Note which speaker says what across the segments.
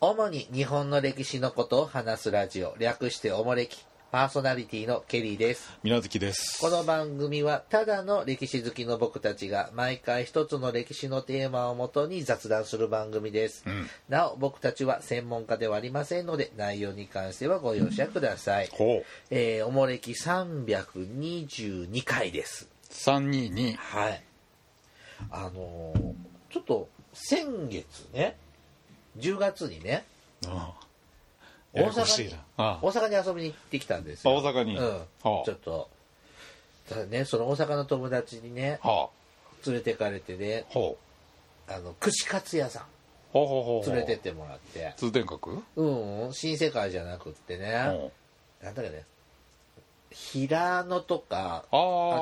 Speaker 1: 主に日本の歴史のことを話すラジオ、略しておもれき、パーソナリティのケリーです。
Speaker 2: みなずきです。
Speaker 1: この番組は、ただの歴史好きの僕たちが、毎回一つの歴史のテーマをもとに雑談する番組です。なお、僕たちは専門家ではありませんので、内容に関してはご容赦ください。
Speaker 2: ほう。
Speaker 1: えーおもれき322回です。
Speaker 2: 三二二。
Speaker 1: はい。あのーちょっと先月ね、10月にね、
Speaker 2: ああ。
Speaker 1: 大阪に
Speaker 2: ややこしいな。あ
Speaker 1: 大阪に遊びに行ってきたんですよ。
Speaker 2: あ大阪に
Speaker 1: うん。
Speaker 2: はあ
Speaker 1: ちょっと。ただね、その大阪の友達にね
Speaker 2: あ。、はあ。
Speaker 1: 連れてかれてね、
Speaker 2: ほう。
Speaker 1: あの、串カツ屋さ
Speaker 2: ほうほうほうほ
Speaker 1: ん
Speaker 2: う。
Speaker 1: 連れてっ。てもらって、
Speaker 2: 通天閣。
Speaker 1: うん、うん、新世界じゃなくってね、
Speaker 2: ほう
Speaker 1: なんだかね、平野とか、
Speaker 2: ああ。
Speaker 1: あ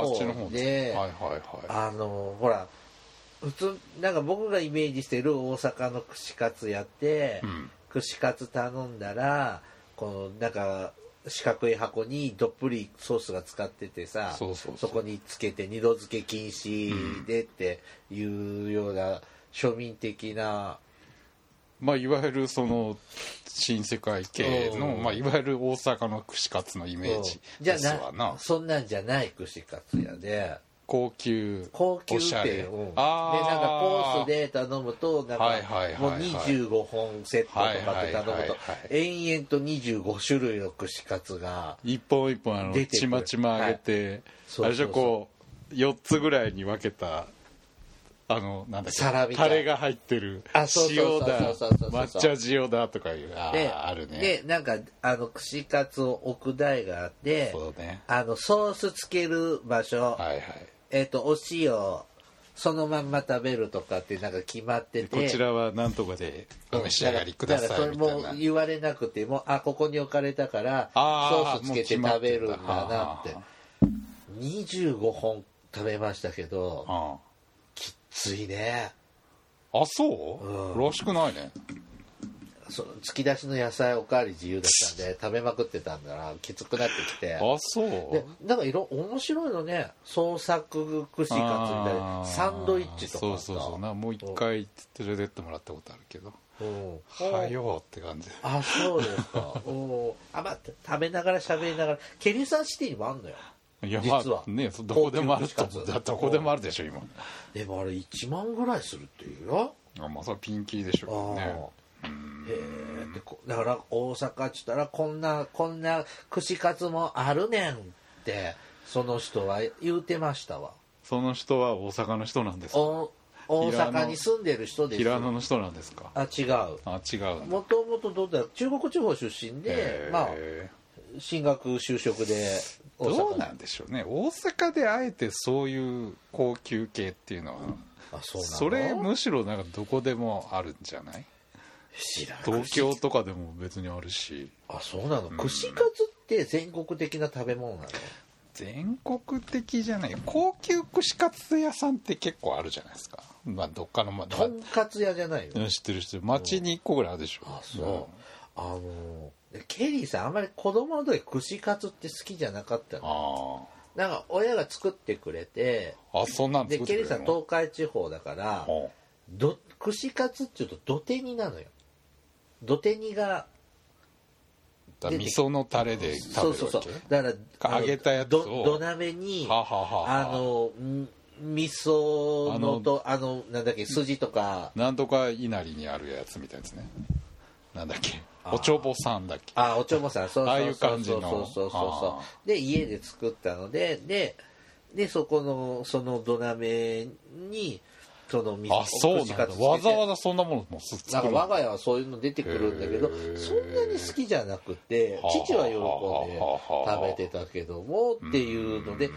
Speaker 2: あ
Speaker 1: っ
Speaker 2: っ
Speaker 1: ち
Speaker 2: ち
Speaker 1: の
Speaker 2: の
Speaker 1: 方
Speaker 2: 方
Speaker 1: で
Speaker 2: はいはいは
Speaker 1: あのほら普通なんか僕がイメージしてる大阪の串カツやって、
Speaker 2: い。うん。
Speaker 1: 串カツ頼んだらこのなんか四角い箱にどっぷりソースが使っててさ
Speaker 2: そうそうそう
Speaker 1: こにつけて二度漬け禁止でっていうような庶民的な、
Speaker 2: まあ、いわゆるその。新世界系の、
Speaker 1: うん
Speaker 2: まあ、いわゆる大阪の串カツのイメージ
Speaker 1: うん。じゃ
Speaker 2: です
Speaker 1: な
Speaker 2: わな。
Speaker 1: そんなんじゃない串カツ屋で。
Speaker 2: 高級。
Speaker 1: 高級
Speaker 2: おしゃ
Speaker 1: 店
Speaker 2: れ。
Speaker 1: を、うんでなん
Speaker 2: ああ。
Speaker 1: かコース。で頼むとなんか
Speaker 2: はいはいはい
Speaker 1: もう
Speaker 2: はい
Speaker 1: 25本セットとかって頼
Speaker 2: はいはいはい
Speaker 1: むと
Speaker 2: はい
Speaker 1: 延々と25種類の串カツが
Speaker 2: 一本一本あの
Speaker 1: 出てくる
Speaker 2: ちまちま上げ
Speaker 1: そ
Speaker 2: て、
Speaker 1: うそうそう
Speaker 2: あれじゃこう4つぐらいに分けたあのなんだっけ
Speaker 1: サラミが
Speaker 2: タレが入ってる
Speaker 1: あそうそう
Speaker 2: 塩
Speaker 1: そう
Speaker 2: だ
Speaker 1: そうそうそうそう
Speaker 2: 抹茶塩だとかいうあ
Speaker 1: で
Speaker 2: ーあるね
Speaker 1: でなんかあの串カツを置く台があって
Speaker 2: そうね
Speaker 1: あのソースつける場所、
Speaker 2: はいはい
Speaker 1: えっ、とお塩そのまんま食べるとかってなんか決まって
Speaker 2: で
Speaker 1: て
Speaker 2: こちらはなんとかでお召し上がりくださ
Speaker 1: う
Speaker 2: い
Speaker 1: ん
Speaker 2: み
Speaker 1: から
Speaker 2: た
Speaker 1: そ
Speaker 2: い
Speaker 1: れ
Speaker 2: な
Speaker 1: も言われなくてもあここに置かれたからソ
Speaker 2: あ
Speaker 1: ー
Speaker 2: ー
Speaker 1: スつけて食べるんだ
Speaker 2: もう決まってんだ
Speaker 1: なって
Speaker 2: はあ
Speaker 1: 25本食べましたけど
Speaker 2: あ
Speaker 1: きっついね
Speaker 2: あそう、
Speaker 1: うん
Speaker 2: らしくないね
Speaker 1: その突き出しの野菜おかわり自由だったんで食べまくってたんだなきつくなってきて
Speaker 2: あそう
Speaker 1: でなんか色面白いのね創作串カツみたい
Speaker 2: あ
Speaker 1: な
Speaker 2: ー
Speaker 1: サンドイッチとか
Speaker 2: そ
Speaker 1: さ
Speaker 2: うそうそうなもう一回連れてってもらったことあるけど
Speaker 1: うん
Speaker 2: はようって感じ
Speaker 1: あそうです かおーあ待って食べながら喋りながらケリーサンシティにもあんのよ
Speaker 2: いや
Speaker 1: 実は
Speaker 2: まあねそど こでもあると
Speaker 1: 高級串カツ
Speaker 2: だどこでもあるでしょ今
Speaker 1: でもあれ1万ぐらいするっていうよ
Speaker 2: あまあそれはピンキリでしょうね
Speaker 1: ああへえでこだから大阪っつったらこんなこんな串カツもあるねんってその人は言うてましたわ
Speaker 2: その人は大阪の人なんです
Speaker 1: お大阪に住んでる人です
Speaker 2: 平野の人なんですか
Speaker 1: あ違う
Speaker 2: あ違う
Speaker 1: もともとどうだろう中国地方出身で、まあ
Speaker 2: え
Speaker 1: 進学就職で
Speaker 2: ーどうなんでしょうね大阪であえてそういう高級系っていうのは
Speaker 1: あそうなの
Speaker 2: それむしろなんかどこでもあるんじゃない
Speaker 1: 知らん
Speaker 2: 東京とかでも別にあるし
Speaker 1: あそうなの串カツって全国的な食べ物なの
Speaker 2: 全国的じゃない高級串カツ屋さんって結構あるじゃないですかまあどっかのま
Speaker 1: とんかつ屋じゃないよ
Speaker 2: うん知ってる知ってる町に1個ぐらいあるでしょ
Speaker 1: あそう、あのケリーさんあんまり子供の時串カツって好きじゃなかったの
Speaker 2: あ
Speaker 1: なんか親が作ってくれて
Speaker 2: ああそんなん
Speaker 1: で
Speaker 2: 作って
Speaker 1: ケ
Speaker 2: く
Speaker 1: リ
Speaker 2: れ
Speaker 1: ー
Speaker 2: る
Speaker 1: さん東海地方だから
Speaker 2: の
Speaker 1: ど串カツっていうと土手煮なのよ土手煮が
Speaker 2: だから味噌のタレで食べる
Speaker 1: そう
Speaker 2: わけ
Speaker 1: そうそうだからあの
Speaker 2: 揚げたやつを
Speaker 1: ど土鍋に
Speaker 2: はあはあはあ
Speaker 1: あのん味噌のとあのなんだっけ筋とか
Speaker 2: なんとか稲荷にあるやつみたいですねなんだっけ
Speaker 1: あー
Speaker 2: おちょぼさんだっけ
Speaker 1: あおちょぼさんそう
Speaker 2: ああ
Speaker 1: そ
Speaker 2: いうう
Speaker 1: そ
Speaker 2: 感
Speaker 1: う
Speaker 2: じ
Speaker 1: そ
Speaker 2: の
Speaker 1: うそうそう
Speaker 2: あ
Speaker 1: そうで家で作ったのでででそこのその土鍋にその水
Speaker 2: あそうなんだわざ
Speaker 1: ざ
Speaker 2: わざそんなものもす
Speaker 1: なん
Speaker 2: 作
Speaker 1: か
Speaker 2: る
Speaker 1: 我
Speaker 2: の
Speaker 1: が家はそういうの出てくるんだけど
Speaker 2: へー
Speaker 1: そんなに好きじゃなくて
Speaker 2: はあ
Speaker 1: 父は喜んで
Speaker 2: はあはあ
Speaker 1: 食べてたけどもっていうので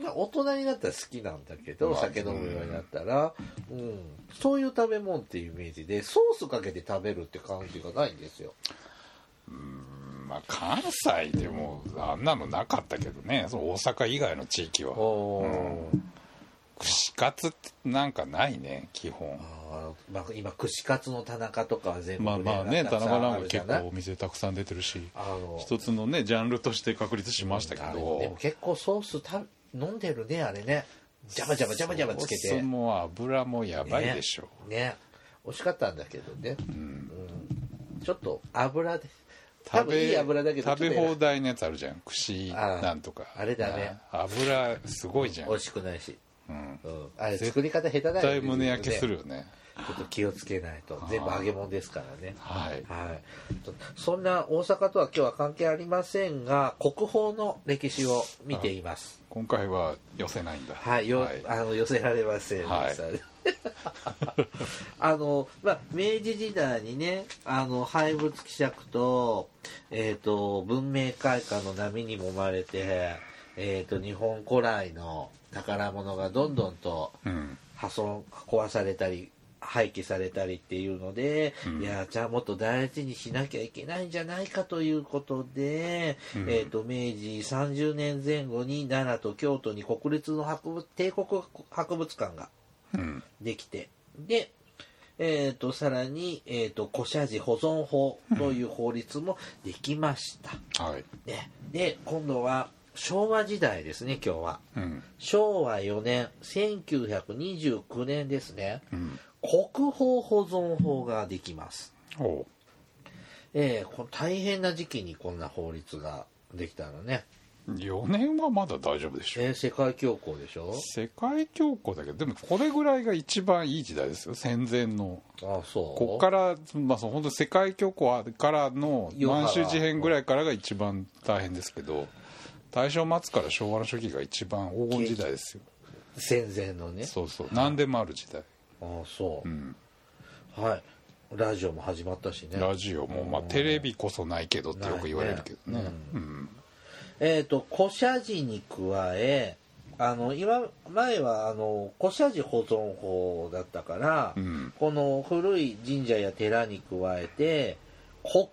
Speaker 1: まあ大人になったら好きなんだけど
Speaker 2: まあ
Speaker 1: 酒飲むようになったら、うん、そういう食べ物っていうイメージでソースかけて食べるって感じがないんですよ
Speaker 2: まあ関西でもあんなのなかったけどねその大阪以外の地域は
Speaker 1: おー
Speaker 2: 串カツってなんかないね基本
Speaker 1: あーまあ、今串カツの田中とかは全部
Speaker 2: まあまあね田中なんか結構
Speaker 1: ある
Speaker 2: お店たくさん出てるし
Speaker 1: じゃないあの
Speaker 2: 一つのねジャンルとして確立しましたけ
Speaker 1: あ
Speaker 2: ど
Speaker 1: れでも結構ソースた飲んでるねあれねジャバジャバジャバジャバつけ
Speaker 2: ソ
Speaker 1: て
Speaker 2: ースも油もやばいでしょ、
Speaker 1: ねね美味しかったんだけどね、うんちょっと油で多
Speaker 2: 食
Speaker 1: 分い
Speaker 2: べ
Speaker 1: い油だけど
Speaker 2: 食べ
Speaker 1: ちょっと
Speaker 2: 放題のやつあるじゃん串なんとか
Speaker 1: あーあれダメ
Speaker 2: あ油すごいじゃん
Speaker 1: 美味しくないし、
Speaker 2: うん
Speaker 1: うん、あれ作り方下手だよね
Speaker 2: 絶対胸焼けするよね
Speaker 1: ちょっと気をつけないと全部揚げ物ですからね
Speaker 2: はい
Speaker 1: はい、そんな大阪とは今日は関係ありませんが国宝の歴史を見ています
Speaker 2: 今回は寄せないんだ
Speaker 1: はい、よ、
Speaker 2: はい
Speaker 1: あの寄せられません、
Speaker 2: は
Speaker 1: 皆
Speaker 2: い
Speaker 1: さん あの、まあ、明治時代にね、あの廃仏希釈と。えっ、と、文明開化の波に揉まれて、えっ、と、日本古来の宝物がどんどんと
Speaker 2: うん
Speaker 1: 破損、壊されたり。廃棄されたりっていうので、いやじゃあもっと大事にしなきゃいけないんじゃないかということで、
Speaker 2: うん
Speaker 1: えっと明治30年前後に奈良と京都に国立の博物帝国博物館が
Speaker 2: うん
Speaker 1: できてで、えー、とさらに、えー、と古社寺保存法という法律もできました、
Speaker 2: はい
Speaker 1: ね、で今度は昭和時代ですね今日は
Speaker 2: うん
Speaker 1: 昭和4年1929年ですね
Speaker 2: うん
Speaker 1: 国宝保存法ができます、
Speaker 2: おう
Speaker 1: えーこの大変な時期にこんな法律ができたのね、
Speaker 2: 4年はまだ大丈夫でしょ
Speaker 1: えー世界恐慌でしょ
Speaker 2: 世界恐慌だけどでもこれぐらいが一番いい時代ですよ戦前の
Speaker 1: あそう
Speaker 2: こっから、まあ、その本当に世界恐慌からの
Speaker 1: 余波が
Speaker 2: 満州事変ぐらいからが一番大変ですけど大正末から昭和の初期が一番黄金時代ですよ
Speaker 1: 戦前のね
Speaker 2: そうそう何でもある時代、
Speaker 1: ああそう
Speaker 2: う、ん、
Speaker 1: はいラジオも始まったしね
Speaker 2: ラジオも、まあ、テレビこそないけどってよく言われるけどね
Speaker 1: ないね
Speaker 2: うん
Speaker 1: えっ、と古社寺に加えあの今前はあの古社寺保存法だったから、
Speaker 2: うん
Speaker 1: この古い神社や寺に加えて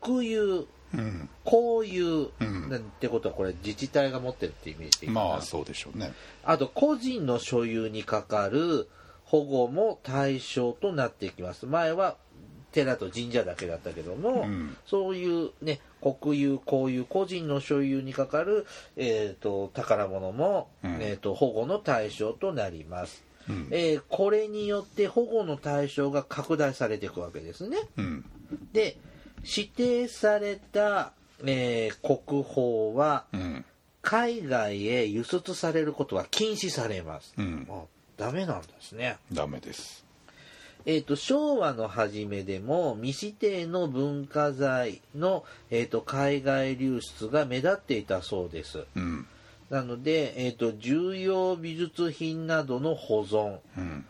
Speaker 1: 国有
Speaker 2: うん
Speaker 1: 公有、
Speaker 2: うん
Speaker 1: なんてことはこれ自治体が持ってるってイメージでいいかな
Speaker 2: まあそうでしょうね
Speaker 1: あと個人の所有にかかる保護も対象となっていきます前は寺と神社だけだったけども、
Speaker 2: うん
Speaker 1: そういうね国有公有個人の所有にかかる、えー、と宝物も、
Speaker 2: うん
Speaker 1: えー、と保護の対象となります、
Speaker 2: うん
Speaker 1: えーこれによって保護の対象が拡大されていくわけですね
Speaker 2: うん
Speaker 1: で指定された、えー国宝は
Speaker 2: うん
Speaker 1: 海外へ輸出されることは禁止されます、
Speaker 2: うん
Speaker 1: あダメなんですね
Speaker 2: ダメです
Speaker 1: えっ、と昭和の初めでも未指定の文化財の、えー、と海外流出が目立っていたそうです
Speaker 2: うん
Speaker 1: なので、えー、と重要美術品などの保存
Speaker 2: うん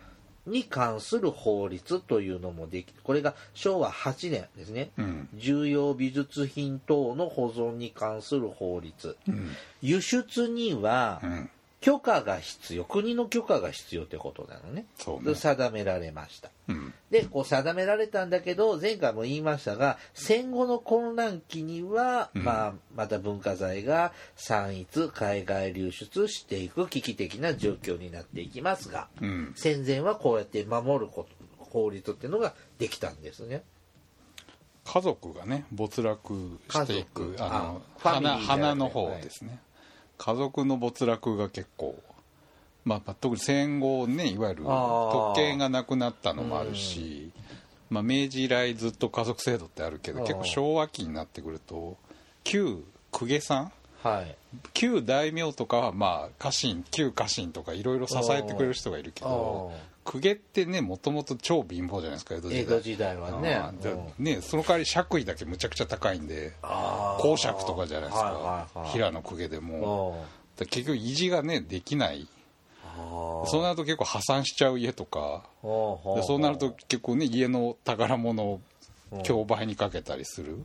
Speaker 1: に関する法律というのもできこれが昭和8年ですね、
Speaker 2: うん
Speaker 1: 重要美術品等の保存に関する法律
Speaker 2: うん
Speaker 1: 輸出には、
Speaker 2: うん
Speaker 1: 許可が必要国の許可が必要ってことなのね
Speaker 2: そう
Speaker 1: で
Speaker 2: ね
Speaker 1: 定められました
Speaker 2: うん
Speaker 1: でこう定められたんだけど前回も言いましたが戦後の混乱期には、まあ、また文化財が散逸海外流出していく危機的な状況になっていきますが
Speaker 2: うん
Speaker 1: 戦前はこうやって守ること法律っていうのができたんですね
Speaker 2: 家族がね没落してい
Speaker 1: 家族
Speaker 2: くあの
Speaker 1: あファミリー
Speaker 2: 花
Speaker 1: で
Speaker 2: 花の方ですね、家族の没落が結構、まあまあ、特に戦後ねいわゆる
Speaker 1: あー
Speaker 2: 特権がなくなったのもあるし、まあ、明治以来ずっと家族制度ってあるけど
Speaker 1: うん
Speaker 2: 結構昭和期になってくると旧公家さん
Speaker 1: はい
Speaker 2: 旧大名とかはまあ家臣旧家臣とかいろいろ支えてくれる人がいるけど
Speaker 1: うん
Speaker 2: 公家ってねもともと超貧乏じゃないですか江戸時代
Speaker 1: 江戸時代はね
Speaker 2: あーじゃあ
Speaker 1: うん
Speaker 2: ねその代わり爵位だけむちゃくちゃ高いんで
Speaker 1: あー
Speaker 2: 公爵とかじゃないですか、
Speaker 1: はいはいはい
Speaker 2: 平野公家でも
Speaker 1: うん
Speaker 2: だから結局維持がねできない
Speaker 1: あー
Speaker 2: そうなると結構破産しちゃう家とか
Speaker 1: ほうほうほ
Speaker 2: で
Speaker 1: う
Speaker 2: そうなると結構ね家の宝物を競売にかけたりする、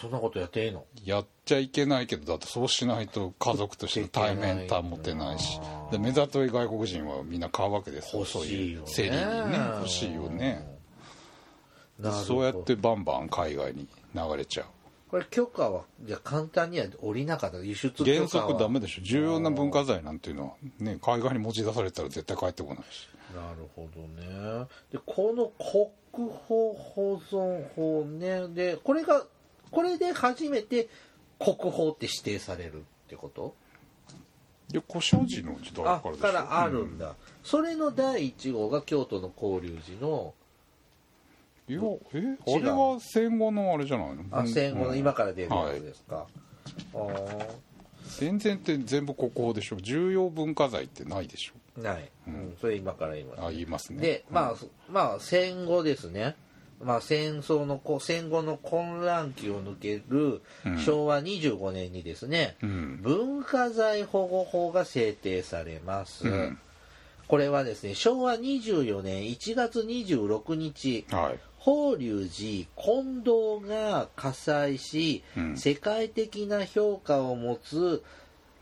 Speaker 1: そんなことやっていいの
Speaker 2: やっちゃいけないけどだってそうしないと家族としての対面保てないしで目ざとい外国人はみんな買うわけですよ
Speaker 1: 欲しいよね
Speaker 2: そういうセリにね欲しいよね
Speaker 1: なるほど
Speaker 2: そうやってバンバン海外に流れちゃう
Speaker 1: これ許可はじゃあ簡単には降りなかった輸出許可は
Speaker 2: 原則ダメでしょ重要な文化財なんていうのは、ね、海外に持ち出されたら絶対帰ってこないし
Speaker 1: なるほどねでこの国宝保存法ねでこれがこれで初めて国宝って指定されるってこと
Speaker 2: で古書寺の時代
Speaker 1: あ
Speaker 2: からでしょ
Speaker 1: からあるんだ、それの第1号が京都の広隆寺の
Speaker 2: いやえあれは戦後のあれじゃないの
Speaker 1: あ戦後
Speaker 2: う
Speaker 1: の
Speaker 2: ん
Speaker 1: 今から出るやつですか、あ
Speaker 2: 戦前って全部国宝でしょ重要文化財ってないでし
Speaker 1: あない、うん、それ今から言います
Speaker 2: ょあ言いますね
Speaker 1: で、まあ、まあ戦後ですね、まあ、戦争のこ戦後の混乱期を抜ける昭和25年にですね、
Speaker 2: ん
Speaker 1: 文化財保護法が制定されます、
Speaker 2: うん
Speaker 1: これはですね昭和24年1月26日
Speaker 2: はい
Speaker 1: 法隆寺近藤が火災し、
Speaker 2: うん
Speaker 1: 世界的な評価を持つ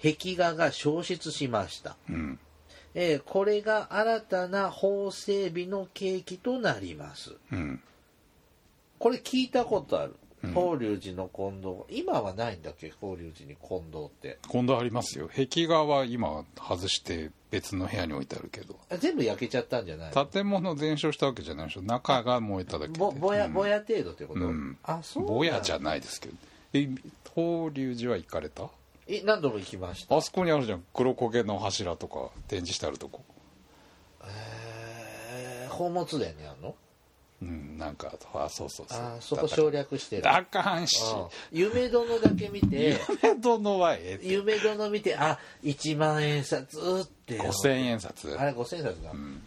Speaker 1: 壁画が消失しました
Speaker 2: うん
Speaker 1: えーこれが新たな法整備の契機となります。
Speaker 2: うん
Speaker 1: これ聞いたことある。法隆寺の近藤。今はないんだっけ法隆寺に近藤って。
Speaker 2: 今度ありますよ壁画は今外して別の部屋に置いてあるけど
Speaker 1: あ全部焼けちゃったんじゃない
Speaker 2: 建物全焼したわけじゃないでしょ中が燃えただけで
Speaker 1: ぼぼや、ぼや程度ってこと、
Speaker 2: うん
Speaker 1: あ、そう
Speaker 2: ぼやじゃ
Speaker 1: ん。
Speaker 2: ないですけどえ法隆寺は行かれた
Speaker 1: え、何度も行きました。
Speaker 2: あそこにあるじゃん黒焦げの柱とか展示してあるとこ
Speaker 1: えー、宝物殿にあるの
Speaker 2: うんなんかあそうそうそう
Speaker 1: あー、そこ省略してる。
Speaker 2: あかんし
Speaker 1: うん夢殿だけ見て、
Speaker 2: 夢殿はええ
Speaker 1: 夢殿見て、あ、1万円札って。
Speaker 2: 5000円札
Speaker 1: あれ五千冊だ。うん、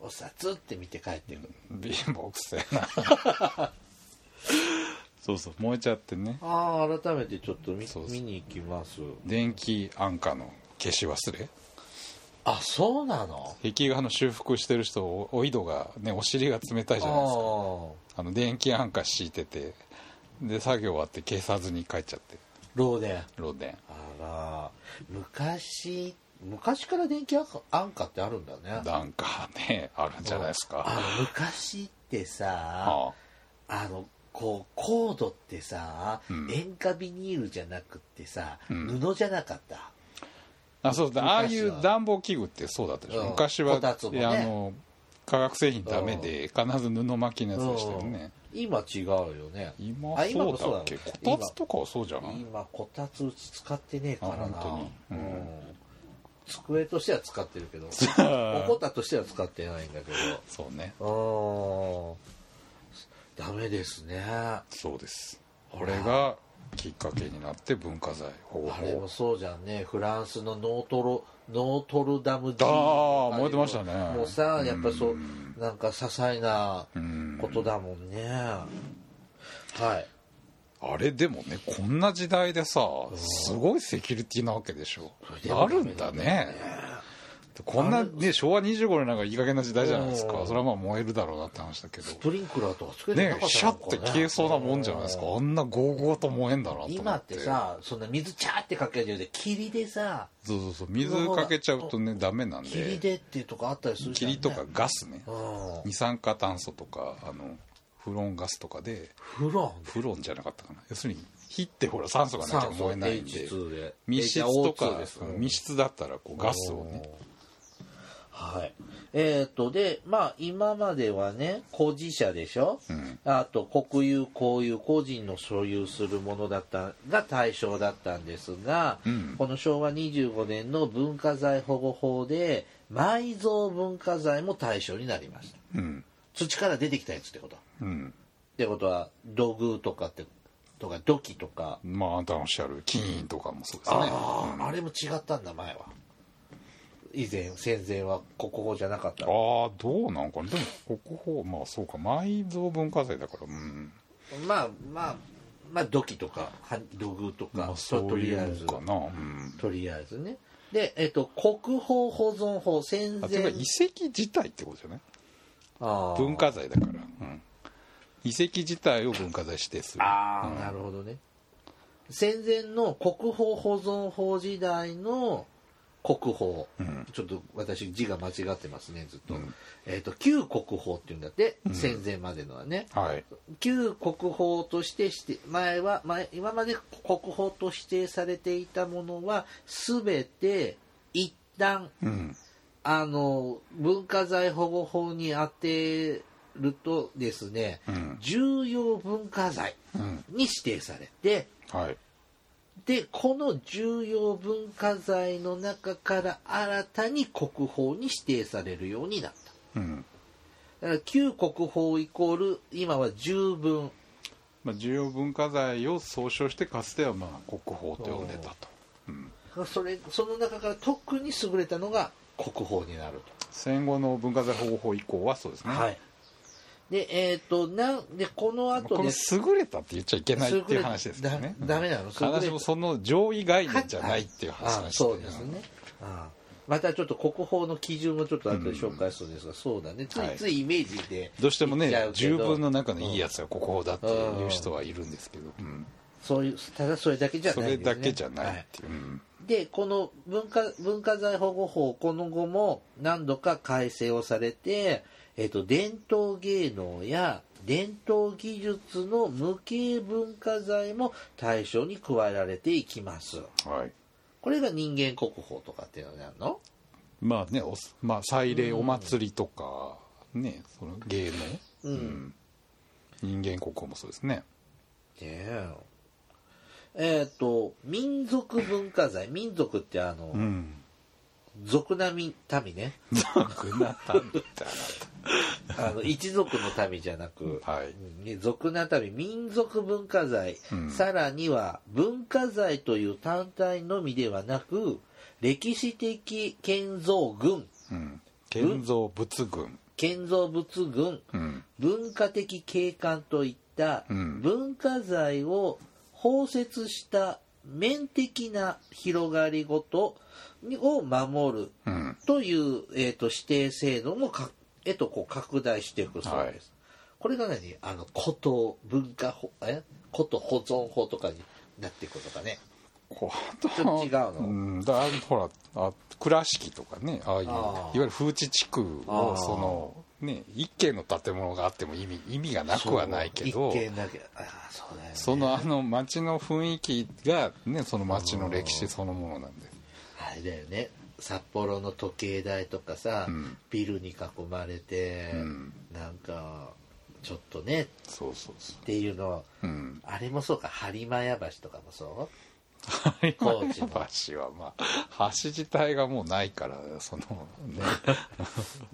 Speaker 1: お札って見て帰ってくる。
Speaker 2: 貧乏くせえな そうそう燃えちゃってね
Speaker 1: ああ改めてちょっと見
Speaker 2: そうそう
Speaker 1: 見に行きます。
Speaker 2: 電気安価の消し忘れ
Speaker 1: あそうなの。
Speaker 2: 壁画の修復してる人おお井戸がねお尻が冷たいじゃないですか
Speaker 1: あ
Speaker 2: あの電気安価敷いててで作業終わって消さずに帰っちゃって
Speaker 1: あ漏電。
Speaker 2: 漏電
Speaker 1: あら昔昔から電気安価安価ってあるんだね。
Speaker 2: なんかねあるんじゃないですか
Speaker 1: あの昔ってさ
Speaker 2: あ
Speaker 1: あのこうコードってさ、
Speaker 2: ん
Speaker 1: 塩化ビニールじゃなくってさ、
Speaker 2: ん
Speaker 1: 布じゃなかった。
Speaker 2: あそう
Speaker 1: 昔
Speaker 2: だ
Speaker 1: は
Speaker 2: ああいう暖房器具ってそうだったでしょ、
Speaker 1: うん
Speaker 2: 昔は、
Speaker 1: こたつもね
Speaker 2: いやあの化学製品ダメで必ず布巻きのやつでしたよね、
Speaker 1: うん今違うよね。
Speaker 2: 今
Speaker 1: あ今
Speaker 2: そ
Speaker 1: も
Speaker 2: うだ
Speaker 1: そう
Speaker 2: っ
Speaker 1: だ
Speaker 2: け
Speaker 1: ね
Speaker 2: こたつとかはそうじゃない
Speaker 1: 今こたつうち使ってねえからな
Speaker 2: あ本当にうん
Speaker 1: うん机としては使ってる けどおこたとしては使ってないんだけ
Speaker 2: そうね
Speaker 1: どうんダメですねあ
Speaker 2: そうですこれがきっかけになって文化財保護
Speaker 1: れ
Speaker 2: 法
Speaker 1: もそうじゃんねフランスのノートロノートルダム寺
Speaker 2: あ
Speaker 1: れ
Speaker 2: ー
Speaker 1: も
Speaker 2: 燃えてましたね
Speaker 1: もうさやっぱそううなんか些細な
Speaker 2: うん
Speaker 1: ことだもんねはい
Speaker 2: あれでもねこんな時代でさすごいセキュリティなわけでしょ
Speaker 1: れでも
Speaker 2: あるんだねこんな、ね、昭和25年なんかいい加減な時代じゃないですか
Speaker 1: うん
Speaker 2: それはまあ燃えるだろうなって話だけど
Speaker 1: スプリンクラーとかつけてなか
Speaker 2: ね
Speaker 1: った
Speaker 2: え
Speaker 1: の
Speaker 2: シャッて消えそうなもんじゃないですかあんなゴーゴーと燃えんだなと思って
Speaker 1: 今ってさそんな水チャーってかけるじゃなくて霧でさ
Speaker 2: そうそうそう水かけちゃうとねダメなん
Speaker 1: 霧
Speaker 2: で
Speaker 1: でっていうとこあったりするじゃん、ね、
Speaker 2: 霧とかガスね
Speaker 1: うん
Speaker 2: 二酸化炭素とかあのフロンガスとかで
Speaker 1: フロン
Speaker 2: フロンじゃなかったかな要するに火ってほら酸素がなきゃ
Speaker 1: 酸素
Speaker 2: 燃えないんで
Speaker 1: H2 で
Speaker 2: 密室とか
Speaker 1: HO2 です
Speaker 2: うん密室だったらこうガスをね
Speaker 1: はいえー、とでまあ今まではね個人者でしょ、
Speaker 2: うん
Speaker 1: あと国有公有個人の所有するものだったが対象だったんですが、
Speaker 2: うん
Speaker 1: この昭和25年の文化財保護法で埋蔵文化財も対象になりました
Speaker 2: うん
Speaker 1: 土から出てきたやつってこと
Speaker 2: うん
Speaker 1: ってことは土偶とかってとか土器とか、
Speaker 2: まああんたのおっしゃる金銀とかもそうですね
Speaker 1: あああれも違ったんだ前は以前戦前は国宝じゃなかった
Speaker 2: ああどうなんかねでも国宝まあそうか埋蔵文化財だからうん
Speaker 1: まあまあまあ土器とかは土偶とか、
Speaker 2: まあ
Speaker 1: そ
Speaker 2: そう
Speaker 1: と
Speaker 2: うい
Speaker 1: り
Speaker 2: う
Speaker 1: あ
Speaker 2: も
Speaker 1: え
Speaker 2: ん
Speaker 1: ず
Speaker 2: かなうん
Speaker 1: とりあえずねで、えっと、国宝保存法戦
Speaker 2: あていうか
Speaker 1: 前
Speaker 2: 遺跡自体ってことじゃない
Speaker 1: あー
Speaker 2: 文化財だからうん遺跡自体を文化財指定する
Speaker 1: ああ、なるほどね戦前の国宝保存法時代の国宝、ちょっと私字が間違ってますねずっと,、えっと旧国宝っていうんだって、戦前までのはね
Speaker 2: はい
Speaker 1: 旧国宝としてして前は前今まで国宝と指定されていたものは全て一旦
Speaker 2: うん
Speaker 1: あの文化財保護法に当てるとですね、
Speaker 2: うん
Speaker 1: 重要文化財
Speaker 2: うん
Speaker 1: に指定されて
Speaker 2: はい
Speaker 1: でこの重要文化財の中から新たに国宝に指定されるようになった
Speaker 2: うん
Speaker 1: だから旧国宝イコール今は十分
Speaker 2: まあ、重要文化財を総称してかつてはまあ国宝と呼んでたと
Speaker 1: それその中から特に優れたのが国宝になる
Speaker 2: 戦後の文化財保護法以降はそうです
Speaker 1: と、
Speaker 2: ね、
Speaker 1: はいでえっ、となんでこの
Speaker 2: まあこ
Speaker 1: 後
Speaker 2: れ
Speaker 1: です
Speaker 2: 優れたって言っちゃいけないっ
Speaker 1: 優
Speaker 2: てい
Speaker 1: れ
Speaker 2: う話ですけどね
Speaker 1: だダメなの優れ
Speaker 2: 必ずしもその上位概念じゃないっていう話
Speaker 1: あ
Speaker 2: なん
Speaker 1: そうですね、あまたちょっと国宝の基準もちょっと後で紹介するんですが、そうだねつい
Speaker 2: はい
Speaker 1: ついイメージで
Speaker 2: どうしても
Speaker 1: いっちゃ
Speaker 2: ね
Speaker 1: うけ
Speaker 2: 十
Speaker 1: ど
Speaker 2: 分の中のいいやつはここだっていう人はいるんですけど、うん
Speaker 1: そういうただそれだけじゃ
Speaker 2: そ
Speaker 1: ないんで
Speaker 2: れ
Speaker 1: す、ね、
Speaker 2: だけじゃな
Speaker 1: はい
Speaker 2: っていう、うん
Speaker 1: でこの文化文化財保護法この後も何度か改正をされて、えっと伝統芸能や伝統技術の無形文化財も対象に加えられていきます
Speaker 2: はい
Speaker 1: これが人間国宝とかっていうのになるの
Speaker 2: まあねおすまあ祭礼お祭りとかねその芸能、
Speaker 1: うん、
Speaker 2: 人間国宝もそうですね
Speaker 1: ねええっ、と民族文化財民族ってあの、
Speaker 2: うん
Speaker 1: 族並み民ね
Speaker 2: なくなったんだ
Speaker 1: あの一族の民じゃなく、
Speaker 2: はい
Speaker 1: ね俗な民民族文化財、
Speaker 2: うん
Speaker 1: さらには文化財という単体のみではなく歴史的建造群
Speaker 2: うん建造仏群
Speaker 1: 建造物群
Speaker 2: うん
Speaker 1: 文化的景観といった
Speaker 2: うん
Speaker 1: 文化財を包摂した面的な広がりごとにを守る
Speaker 2: うん
Speaker 1: という、えー、と指定制度もかへとこう拡大していくそうです。これが何あの古都文化保え古都保存法とかになっていくとかね。
Speaker 2: こう
Speaker 1: ちょっと違うの
Speaker 2: ん、だあのほらあ倉敷とかねああいう
Speaker 1: あ
Speaker 2: いわゆる風地地区
Speaker 1: あ
Speaker 2: を
Speaker 1: あ
Speaker 2: そのね一軒の建物があっても意味意味が なくはないけ
Speaker 1: そう
Speaker 2: ど
Speaker 1: 一見だけああそうだよね。
Speaker 2: そのあの町の雰囲気がねその町の歴史そのものなんで
Speaker 1: あれだよね札幌の時計台とかさ、
Speaker 2: うん
Speaker 1: ビルに囲まれて、
Speaker 2: うん
Speaker 1: なんかちょっとねっ
Speaker 2: そうそうそ
Speaker 1: ていうのを
Speaker 2: ううん
Speaker 1: あれもそうか播磨屋橋とかもそ
Speaker 2: 有馬
Speaker 1: 高知の
Speaker 2: 橋はまあ橋自体がもうないからそのね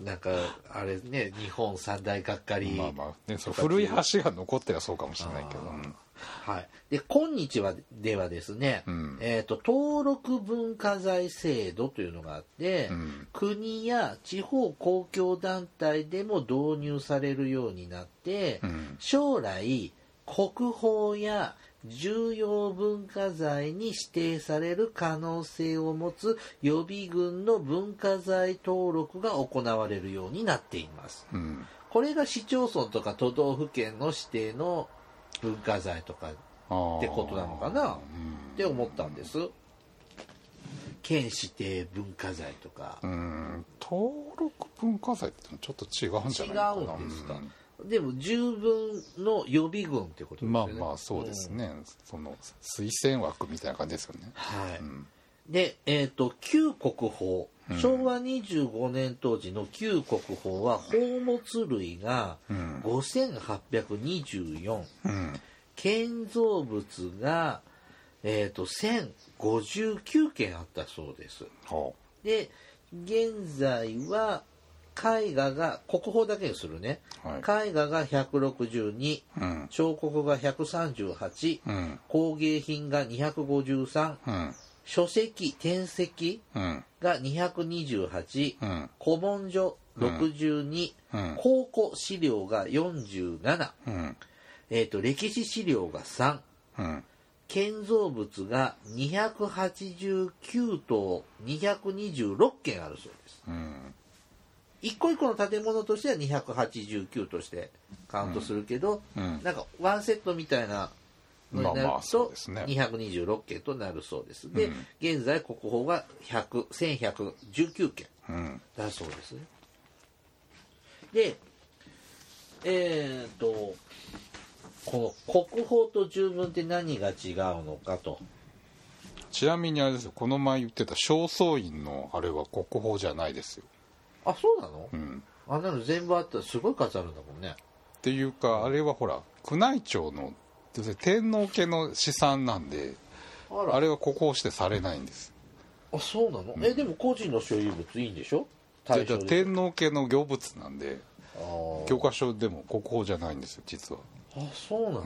Speaker 1: うなんかあれね日本三大がっかり、
Speaker 2: まあまあねそう古い橋が残ってはそうかもしれないけどうん
Speaker 1: はい、で今日はではですね、
Speaker 2: うん
Speaker 1: えー、と登録文化財制度というのがあって、
Speaker 2: うん
Speaker 1: 国や地方公共団体でも導入されるようになって、
Speaker 2: うん
Speaker 1: 将来国宝や重要文化財に指定される可能性を持つ予備軍の文化財登録が行われるようになっています。
Speaker 2: うん
Speaker 1: これが市町村とか都道府県の指定の文化財とかっ
Speaker 2: あー
Speaker 1: ってことなのかなて思ったんです。県指定文化財とか。
Speaker 2: うんうん登録文化財ってのはちょっと違うんじ
Speaker 1: 違
Speaker 2: ゃないかな
Speaker 1: うんですか。でも十分の予備軍ってことです
Speaker 2: う
Speaker 1: よ
Speaker 2: ん
Speaker 1: ね。
Speaker 2: まあまあそうですね、その推薦枠みたいな感じですよね
Speaker 1: はい。
Speaker 2: うん
Speaker 1: で、えっ、と、旧国宝
Speaker 2: う。ん
Speaker 1: 昭和25年当時の旧国宝は宝物類が
Speaker 2: うん
Speaker 1: 5824、
Speaker 2: うん
Speaker 1: 建造物が、えっと1059件あったそうです。
Speaker 2: は
Speaker 1: で現在は絵画が国宝だけにするね、
Speaker 2: は
Speaker 1: 絵画が162
Speaker 2: あうん
Speaker 1: 彫刻が138、
Speaker 2: うん
Speaker 1: 工芸品が253
Speaker 2: うん
Speaker 1: 書籍転籍
Speaker 2: うん
Speaker 1: が228、
Speaker 2: うん
Speaker 1: 古文書62、
Speaker 2: うん
Speaker 1: 考古資料が47、
Speaker 2: うん
Speaker 1: えー、と歴史資料が3
Speaker 2: うん
Speaker 1: 建造物が289棟226件あるそうです
Speaker 2: うん
Speaker 1: 一個一個の建物としては289としてカウントするけど、
Speaker 2: うん
Speaker 1: なんかワンセットみたいなのになる
Speaker 2: まあまあそう
Speaker 1: と
Speaker 2: ですね
Speaker 1: 226件となるそうですで,、
Speaker 2: うん
Speaker 1: 現在国宝が100 1119件
Speaker 2: うん
Speaker 1: だそうですねでえっ、とこの国宝と十分って何が違うのかと
Speaker 2: ちなみにあれですよこの前言ってた正倉院のあれは国宝じゃないですよ、
Speaker 1: あそうなの、
Speaker 2: うん、
Speaker 1: あんなの全部あったらすごい数あるんだもんね
Speaker 2: っていうかあれはほら宮内庁の要するに天皇家の資産なんで
Speaker 1: あら
Speaker 2: あれは国宝指定されないんです
Speaker 1: あそうなの、えでも個人の所有物いいんでしょ
Speaker 2: じゃ
Speaker 1: 対象
Speaker 2: あ
Speaker 1: で
Speaker 2: 天皇家の行物なんで
Speaker 1: ああ
Speaker 2: 教科書でも国宝じゃないんですよ実は
Speaker 1: あそうなの、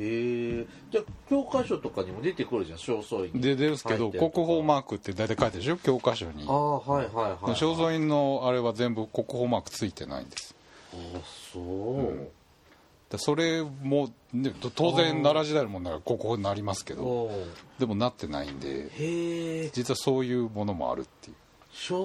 Speaker 1: へえじゃあ教科書とかにも出てくるじゃん正倉院に
Speaker 2: でですけど
Speaker 1: 入ってると
Speaker 2: 国
Speaker 1: か
Speaker 2: 宝マークって大体書いてるでしょ教科書に
Speaker 1: ああはいはいはい、はい、
Speaker 2: 正蔵院のあれは全部国宝マークついてないんです
Speaker 1: あそう、
Speaker 2: でそれも、ね、と当然奈良時代のものだから国宝になりますけど
Speaker 1: おう
Speaker 2: でもなってないんで
Speaker 1: へえ
Speaker 2: 実はそういうものもあるっていう
Speaker 1: 正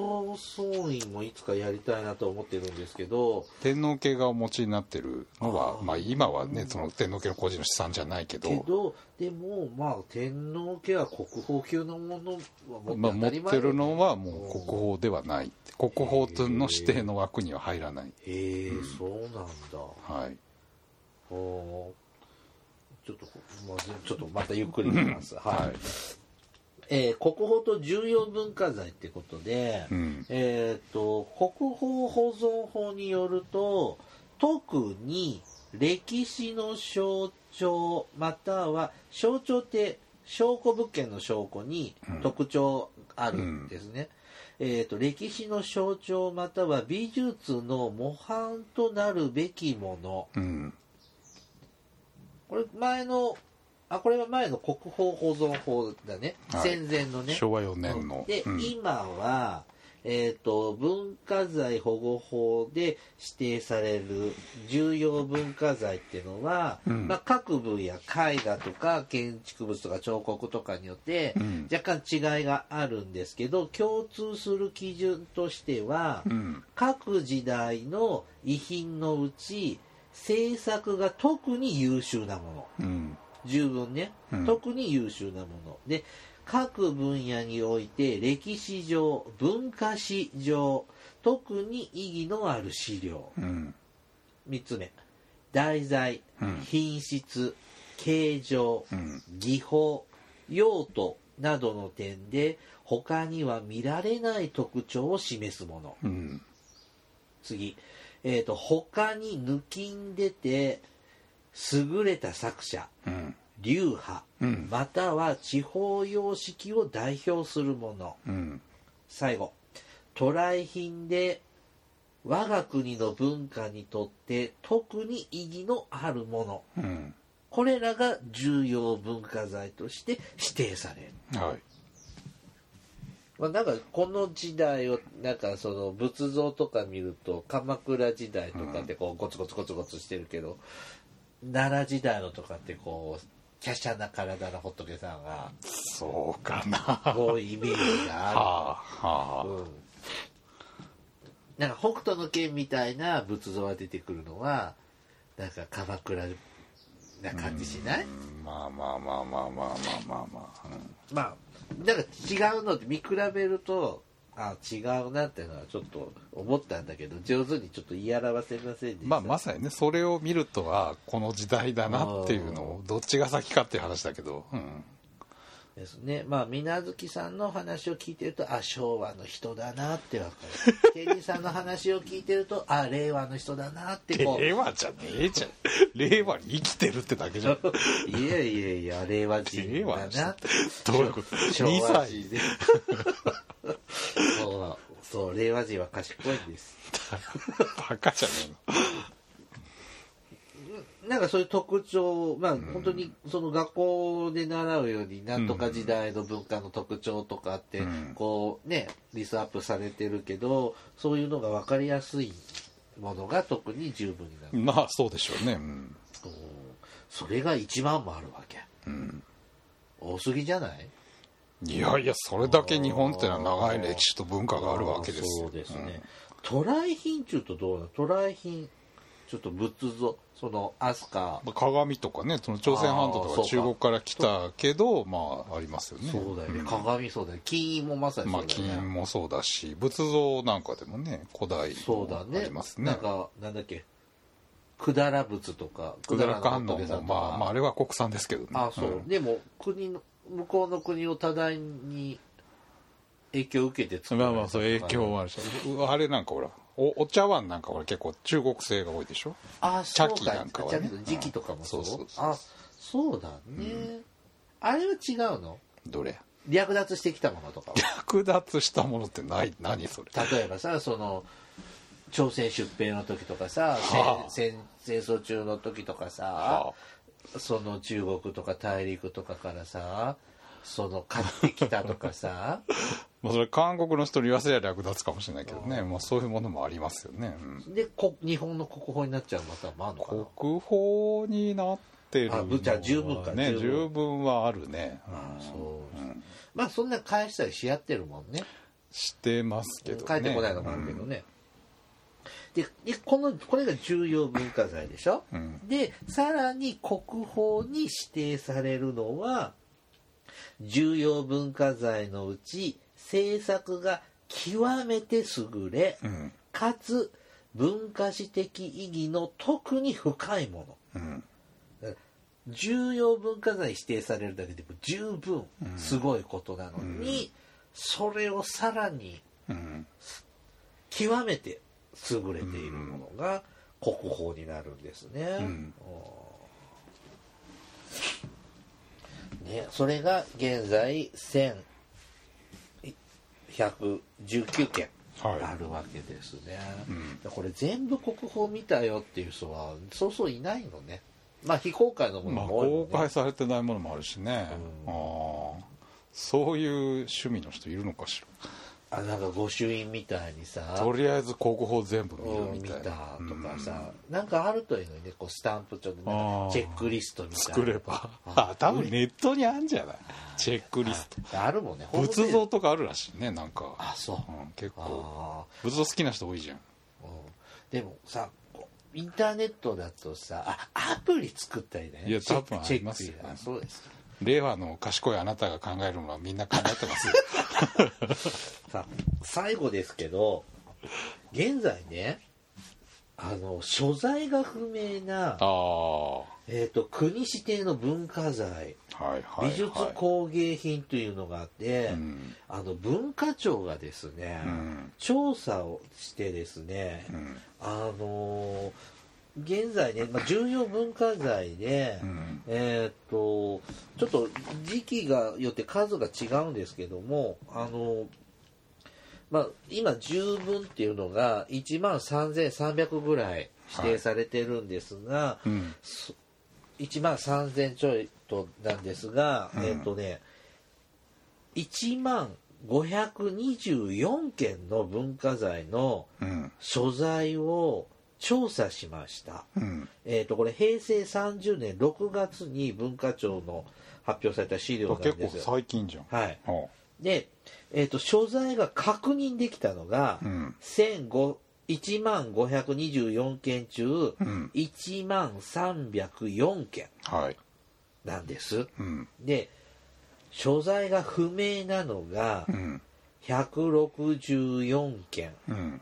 Speaker 1: 倉院もいつかやりたいなと思ってるんですけど
Speaker 2: 天皇系がお持ちになってるのはまあ、今はねその天皇系の個人の資産じゃないけど
Speaker 1: けどでもまあ天皇家は国宝級のものは持って
Speaker 2: まあ、
Speaker 1: 当
Speaker 2: 持
Speaker 1: た
Speaker 2: っ
Speaker 1: り
Speaker 2: て
Speaker 1: 前
Speaker 2: るのはもう国宝ではない国宝の指定の枠には入らない、
Speaker 1: へえ、そうなんだ
Speaker 2: はい、
Speaker 1: おちょっと、まあ、ちょっとまたゆっくり見ます、はい、
Speaker 2: はい
Speaker 1: えー国宝と重要文化財ってことで、
Speaker 2: うん
Speaker 1: えっ、と国宝保存法によると特に歴史の象徴または象徴って証拠物件の証拠に特徴あるんですね、えー、と歴史の象徴または美術の模範となるべきもの
Speaker 2: うん、
Speaker 1: これ前のあこれは前の国宝保存法だね、
Speaker 2: はい
Speaker 1: 戦前のね
Speaker 2: 昭和4年の、
Speaker 1: で、
Speaker 2: うん
Speaker 1: 今は、えー、と文化財保護法で指定される重要文化財っていうのは、
Speaker 2: うん
Speaker 1: まあ、各部や絵画とか建築物とか彫刻とかによって
Speaker 2: うん
Speaker 1: 若干違いがあるんですけど共通する基準としては、
Speaker 2: うん
Speaker 1: 各時代の遺品のうち制作が特に優秀なもの
Speaker 2: うん
Speaker 1: 十分ね、
Speaker 2: うん
Speaker 1: 特に優秀なもので各分野において歴史上文化史上特に意義のある資料
Speaker 2: うん
Speaker 1: 3つ目題材、
Speaker 2: うん
Speaker 1: 品質形状、
Speaker 2: うん
Speaker 1: 技法用途などの点で他には見られない特徴を示すもの
Speaker 2: うん
Speaker 1: 次、えー、と他に抜きんでて優れた作者
Speaker 2: うん
Speaker 1: 流派、
Speaker 2: うん
Speaker 1: または地方様式を代表するもの
Speaker 2: うん
Speaker 1: 最後渡来品で我が国の文化にとって特に意義のあるもの
Speaker 2: うん
Speaker 1: これらが重要文化財として 指定される、
Speaker 2: はい
Speaker 1: まあ、なんかこの時代をなんかその仏像とか見ると鎌倉時代とかってこうゴツゴツゴツゴツしてるけど、奈良時代のとかってこう華奢な体の仏さんが
Speaker 2: そうかなは
Speaker 1: こういうイメージがあ
Speaker 2: あ
Speaker 1: る
Speaker 2: はあ、
Speaker 1: うんなんか北斗の拳みたいな仏像が出てくるのはなんか鎌倉な感じしない、
Speaker 2: まあまあまあまあまあまあまあまあ、うん
Speaker 1: まあなんか違うのって見比べるとあ違うなってのはちょっと思ったんだけど上手にちょっと言い表せませんでした
Speaker 2: まあまさにねそれを見るとはこの時代だなっていうのをどっちが先かっていう話だけど、うん、
Speaker 1: ですねまあ水月さんの話を聞いてるとあ昭和の人だなってわかる ケリーさんの話を聞いてるとあ令和の人だなってこう
Speaker 2: 令和じゃねえじゃん令和に生きてるってだけじゃん
Speaker 1: いやいやいや、令和人だなって。
Speaker 2: どういうこと
Speaker 1: 昭
Speaker 2: 2
Speaker 1: 和
Speaker 2: 歳
Speaker 1: 人で。そう、そう、令和人は賢いんです。
Speaker 2: バカじゃねえの
Speaker 1: なんかそういう特徴、まあ、本当にその学校で習うように、なんとか時代の文化の特徴とかって、
Speaker 2: ん
Speaker 1: こうね、リストアップされてるけど、そういうのが分かりやすいものが特に十分になる。
Speaker 2: まあそうでしょうねうん、
Speaker 1: うんそれが一番もあるわけ。
Speaker 2: うん
Speaker 1: 多すぎじゃない
Speaker 2: いやいやそれだけ日本ってのは長い歴史と文化があるわけですよ
Speaker 1: そうですね。渡来品中とどうだ渡来品、ちょっと仏像、その飛鳥、
Speaker 2: うん鏡とかねその朝鮮半島
Speaker 1: あー
Speaker 2: と
Speaker 1: そう
Speaker 2: か
Speaker 1: か
Speaker 2: 中国から来たけどまあありますよね
Speaker 1: そうだよね、鏡そうだよね、金印もまさに
Speaker 2: ま
Speaker 1: そ
Speaker 2: あ
Speaker 1: うだ
Speaker 2: 金
Speaker 1: よね。
Speaker 2: 印もそうだし仏像なんかでもね古代
Speaker 1: そうだ
Speaker 2: あ
Speaker 1: ね
Speaker 2: りますね
Speaker 1: なんか、なんだっけ、くだら仏とか、
Speaker 2: 百済観
Speaker 1: の
Speaker 2: 音
Speaker 1: 仏さん
Speaker 2: も
Speaker 1: と
Speaker 2: まあまあ
Speaker 1: か。
Speaker 2: あれは国産ですけどね
Speaker 1: あ、そう。
Speaker 2: ん
Speaker 1: でも、国の、向こうの国を多大に影響を受けて作ら
Speaker 2: まあ
Speaker 1: れた
Speaker 2: まあそう影響はあるしうあれなんかほらおお茶碗なんかほら結構中国製が多いでしょ
Speaker 1: あ
Speaker 2: 茶
Speaker 1: そう
Speaker 2: 器
Speaker 1: か
Speaker 2: なんかはね
Speaker 1: 茶器の時期とかもそう,、
Speaker 2: うんそうそうそう
Speaker 1: あそうだね、あれは違うの
Speaker 2: どれ
Speaker 1: 略奪 してきたものとかは
Speaker 2: 略奪したものってない何それ
Speaker 1: 例えばさその朝鮮出兵の時とかさ、
Speaker 2: はあ
Speaker 1: 戦戦戦争中の時とかさ、
Speaker 2: は
Speaker 1: その中国とか大陸とかからさその買ってきたとか さ
Speaker 2: まあ、それ韓国の人に言わせりゃ略奪かもしれないけどね、まあ、そういうものもありますよね、うん
Speaker 1: でこ日本の国宝になっちゃうまたもあんのかな
Speaker 2: 国宝になってるのは
Speaker 1: あぶじゃあ十分か
Speaker 2: ね
Speaker 1: 十分
Speaker 2: 十分はあるね、うん
Speaker 1: そう、まあそんな返したりし合ってるもんね
Speaker 2: してますけどね
Speaker 1: 帰ってこないのもあるけどね、ででこのこれが重要文化財でしょ、
Speaker 2: うん
Speaker 1: でさらに国宝に指定されるのは重要文化財のうち制作が極めて優れ、
Speaker 2: うん
Speaker 1: かつ文化史的意義の特に深いも
Speaker 2: うん
Speaker 1: の重要文化財に指定されるだけでも十分すごいことなのに、それをさらに
Speaker 2: うん
Speaker 1: 極めて優れているものが国宝になるんですね。う
Speaker 2: ん
Speaker 1: んねそれが現在1119件
Speaker 2: はい
Speaker 1: あるわけですね、これ全部国宝見たよっていう人はそうそういないのね。まあ非公開のも
Speaker 2: ま
Speaker 1: の
Speaker 2: あ、
Speaker 1: も多い
Speaker 2: 公
Speaker 1: のね
Speaker 2: 開されてないものもあるしね、ああそういう趣味の人いるのかし
Speaker 1: あなんか御朱印みたいにさ
Speaker 2: らとりあえず国宝全部見
Speaker 1: うん
Speaker 2: る
Speaker 1: 見
Speaker 2: みた
Speaker 1: た
Speaker 2: い
Speaker 1: と
Speaker 2: な、
Speaker 1: かさ、なんかあるといいのにねこうスタンプ帳でなん
Speaker 2: あ
Speaker 1: か
Speaker 2: ー
Speaker 1: チェックリストみたいな
Speaker 2: 作ればあ多分ネットにあるんじゃないチェックリスト
Speaker 1: あるもんねホームペー
Speaker 2: 仏
Speaker 1: ジ
Speaker 2: 像とかあるらしいねなんか、
Speaker 1: あそう、
Speaker 2: うん、結構
Speaker 1: あ
Speaker 2: 仏像好きな人多いじゃん
Speaker 1: ーうんでもさこうインターネットだとさあアプリ作ったりね
Speaker 2: いや
Speaker 1: チェッ
Speaker 2: 多分
Speaker 1: ク
Speaker 2: あ
Speaker 1: チェ
Speaker 2: り
Speaker 1: ッ
Speaker 2: ます
Speaker 1: ク
Speaker 2: よ
Speaker 1: やそうです
Speaker 2: 令和の賢いあなたが考えるのはみんな考え てますよ
Speaker 1: さ最後ですけど現在ねあの所在が不明な
Speaker 2: あ、あ
Speaker 1: えー、と国指定の文化財
Speaker 2: はいはい、はい、
Speaker 1: 美術工芸品というのがあって、
Speaker 2: ん
Speaker 1: あの文化庁がですね、
Speaker 2: うん
Speaker 1: 調査をしてですね、
Speaker 2: うん
Speaker 1: あのー現在ね、まあ、重要文化財で、
Speaker 2: うん
Speaker 1: えーっとちょっと時期がよって数が違うんですけどもあのーまあ、今十分っていうのが1万3300ぐらい指定されてるんですが、
Speaker 2: うん
Speaker 1: 1万3000ちょいとなんですが、えっ、とね1万524件の文化財の
Speaker 2: うん
Speaker 1: 所在を調査しました、
Speaker 2: うん
Speaker 1: えっ、とこれ平成30年6月に文化庁の発表された資料なん
Speaker 2: 結
Speaker 1: で
Speaker 2: 構
Speaker 1: すよ
Speaker 2: 最近じゃん
Speaker 1: はい
Speaker 2: は
Speaker 1: で、えっと所在が確認できたのが、
Speaker 2: あうん
Speaker 1: 15 1万524件中、
Speaker 2: ん
Speaker 1: 1万304件
Speaker 2: はい
Speaker 1: なんです。
Speaker 2: うん
Speaker 1: で、所在が不明なのが
Speaker 2: うん
Speaker 1: 164件。
Speaker 2: うん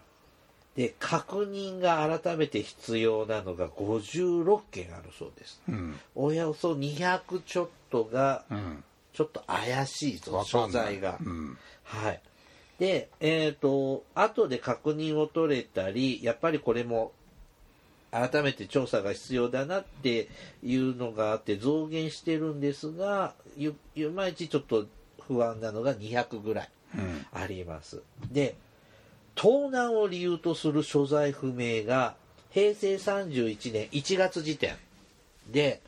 Speaker 1: で、確認が改めて必要なのが56件あるそうです。
Speaker 2: うん
Speaker 1: およそ200ちょっとが、
Speaker 2: うん
Speaker 1: ちょっと怪しいぞ、
Speaker 2: わか
Speaker 1: 所
Speaker 2: んない
Speaker 1: 在が。
Speaker 2: うん
Speaker 1: はい。で、えっ、と、後で確認を取れたり、やっぱりこれも改めて調査が必要だなっていうのがあって増減してるんですが、ゆいまいちちょっと不安なのが200ぐらい
Speaker 2: うん
Speaker 1: あります。で、盗難を理由とする所在不明が平成31年1月時点で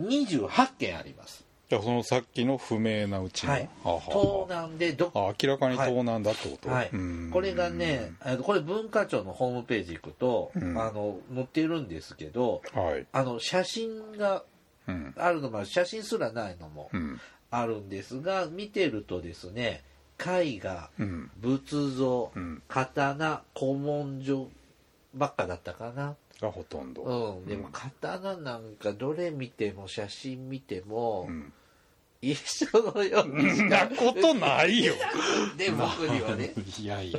Speaker 1: 28件あります。
Speaker 2: じゃあそのさっきの不明なうちの、
Speaker 1: はい。
Speaker 2: は
Speaker 1: 盗
Speaker 2: あは
Speaker 1: 難でど
Speaker 2: ああ明らかに盗難だってこと、
Speaker 1: はい
Speaker 2: うん、
Speaker 1: これがね、あのこれ文化庁のホームページ行くと、
Speaker 2: ん
Speaker 1: あの載ってるんですけど、
Speaker 2: はい
Speaker 1: あの写真が
Speaker 2: うん
Speaker 1: あるのもある写真すらないのも
Speaker 2: うん
Speaker 1: あるんですが、見てるとですね、絵画、
Speaker 2: うん
Speaker 1: 仏像、
Speaker 2: うん
Speaker 1: 刀、古文書ばっかだったかな。
Speaker 2: がほとんど、
Speaker 1: うん、でも刀なんかどれ見ても写真見ても、
Speaker 2: ん
Speaker 1: 一緒のようにし
Speaker 2: そん
Speaker 1: か
Speaker 2: なことないよ
Speaker 1: で僕にはね。
Speaker 2: いやいや、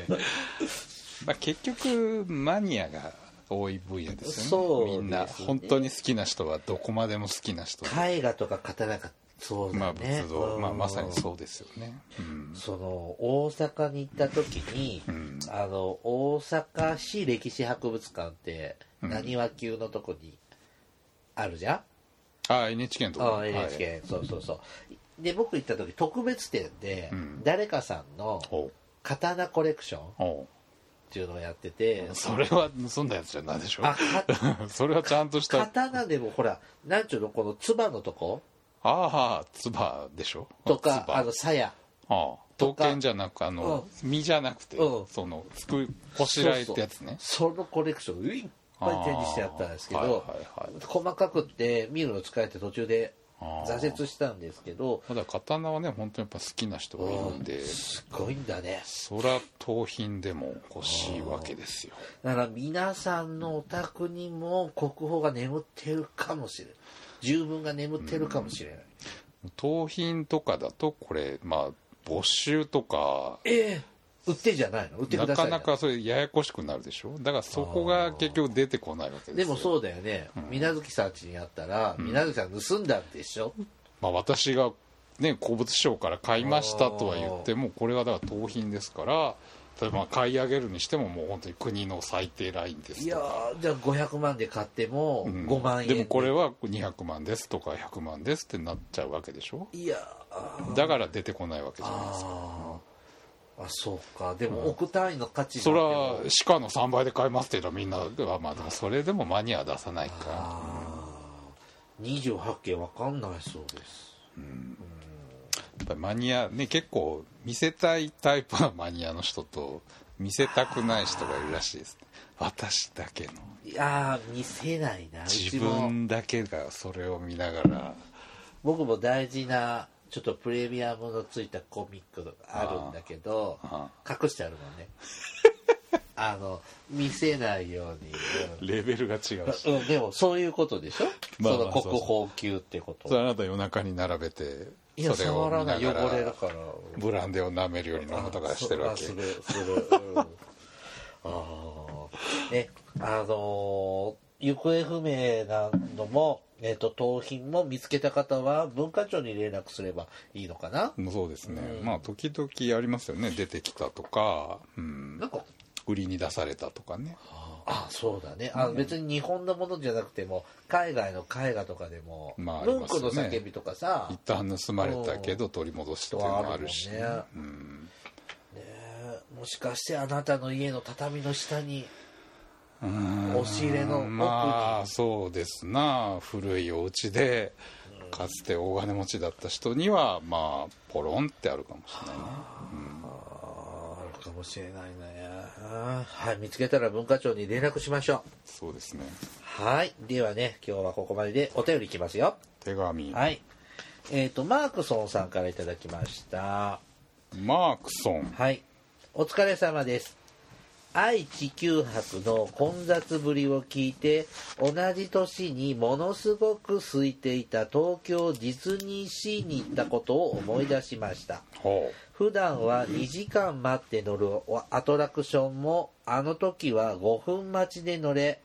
Speaker 2: まあ、結局マニアが多い分野です
Speaker 1: そ
Speaker 2: よ
Speaker 1: うです
Speaker 2: ね
Speaker 1: ね
Speaker 2: みんな本当に好きな人はどこまでも好きな人で、
Speaker 1: 絵画とか刀がそうだね、
Speaker 2: まあ仏像、
Speaker 1: うん
Speaker 2: まあ、まさにそうですよね、うん
Speaker 1: その大阪に行った時に、
Speaker 2: うん
Speaker 1: あの大阪市歴史博物館ってなにわ級のとこにあるじゃん、
Speaker 2: あ NHK のとこ
Speaker 1: あ NHK、そうそうそうで僕行った時特別展で、
Speaker 2: うん
Speaker 1: 誰かさんの
Speaker 2: はい、おう
Speaker 1: 刀コレクション
Speaker 2: おう
Speaker 1: っていうのをやってて、
Speaker 2: それは盗んだやつじゃないでしょ
Speaker 1: あか
Speaker 2: それはちゃんとした
Speaker 1: 刀でもほらなんちゅうのこのつばのとこ
Speaker 2: ああつばでしょ
Speaker 1: とか
Speaker 2: つば
Speaker 1: あの鞘
Speaker 2: ああ
Speaker 1: と
Speaker 2: 刀
Speaker 1: か
Speaker 2: 剣じゃなくあの、身じゃなくて、
Speaker 1: うん
Speaker 2: そのつくこしらえってやつね
Speaker 1: そうそうそのコレクションいっぱい展示してあったんですけど、
Speaker 2: ああはいはいはい
Speaker 1: 細かくって見るの疲れて途中で
Speaker 2: ああ
Speaker 1: 挫折したんですけど
Speaker 2: まだ刀はね本当にやっぱ好きな人がいるんで、
Speaker 1: すごいんだね
Speaker 2: そら盗品でも欲しいわけですよ
Speaker 1: だから皆さんのお宅にも国宝が眠ってるかもしれない十分が眠ってるかもしれない、
Speaker 2: 盗品とかだとこれまあ没収とか
Speaker 1: ええ売ってじゃないの売ってく
Speaker 2: な
Speaker 1: ださ
Speaker 2: か
Speaker 1: いな
Speaker 2: なかそれややこしくなるでしょだからそこが結局出てこないわけですよ
Speaker 1: でもそうだよね、水無月さん家にあったら、水無月さん盗んだんでしょ、
Speaker 2: まあ、私が、ね、鉱物商から買いましたとは言ってもこれはだから盗品ですから例えば買い上げるにしてももう本当に国の最低ラインです
Speaker 1: い
Speaker 2: と
Speaker 1: や
Speaker 2: か
Speaker 1: ーじゃあ500万で買っても
Speaker 2: うん
Speaker 1: 5万円
Speaker 2: でもこれは200万ですとか100万ですってなっちゃうわけでしょ
Speaker 1: いやー
Speaker 2: だから出てこないわけじゃないですか
Speaker 1: あーあそうかでも億単位の価値
Speaker 2: そ
Speaker 1: が
Speaker 2: れ
Speaker 1: あ
Speaker 2: は
Speaker 1: っても
Speaker 2: 鹿の3倍で買いますって言うのはみんながまあでもそれでもマニアは出さないか
Speaker 1: あー28件わかんないそうです
Speaker 2: やっぱりマニアね結構見せたいタイプのマニアの人と見せたくない人がいるらしいですね私だけの
Speaker 1: いやー見せないなう
Speaker 2: 自
Speaker 1: ちも
Speaker 2: 分だけがそれを見ながら
Speaker 1: 僕も大事なちょっとプレミアムのついたコミックがあるんだけど
Speaker 2: あ
Speaker 1: 隠してあるも んねあの見せないように、
Speaker 2: レベルが違うし
Speaker 1: うんうんでもそういうことでしょ、
Speaker 2: まあまあ
Speaker 1: その国宝級ってこと
Speaker 2: それあなた夜中に並べて
Speaker 1: いや
Speaker 2: それを
Speaker 1: 触ら
Speaker 2: 見
Speaker 1: な
Speaker 2: ないが
Speaker 1: 汚れる
Speaker 2: ら
Speaker 1: から
Speaker 2: ブランデーを舐めるように飲むとかしてるわけ
Speaker 1: あそうあするする、うん あーねあのー行方不明なのも、えっと盗品も見つけた方は文化庁に連絡すればいいのかな、
Speaker 2: もうそうですね、
Speaker 1: うん
Speaker 2: まあ時々ありますよね出てきたとか、うん
Speaker 1: なんか
Speaker 2: 売りに出されたとかね
Speaker 1: あそうだねあ、別に日本のものじゃなくても海外の絵画とかでも「
Speaker 2: まああり
Speaker 1: 文
Speaker 2: ま
Speaker 1: 句
Speaker 2: すよね
Speaker 1: の叫び」とかさ
Speaker 2: 一旦盗まれたけど取り戻してっていうのもあるし、
Speaker 1: 人はあ
Speaker 2: う
Speaker 1: る
Speaker 2: ん
Speaker 1: ねえもしかしてあなたの家の畳の下に
Speaker 2: うん
Speaker 1: 押し入れの奥に
Speaker 2: まあそうですな古いお家でかつて大金持ちだった人にはまあポロンってあるかもしれないね
Speaker 1: あるかもしれないねはい見つけたら文化庁に連絡しましょ
Speaker 2: そうですね
Speaker 1: うはいではね今日はここまででお便りいきますよ
Speaker 2: 手紙、
Speaker 1: はいえっ、とマークソンさんからいただきました
Speaker 2: マークソン
Speaker 1: はいお疲れ様です愛・地球博の混雑ぶりを聞いて同じ年にものすごく空いていた東京ディズニーシーに行ったことを思い出しました
Speaker 2: ほ
Speaker 1: 普段は2時間待って乗るアトラクションもあの時は5分待ちで乗れ、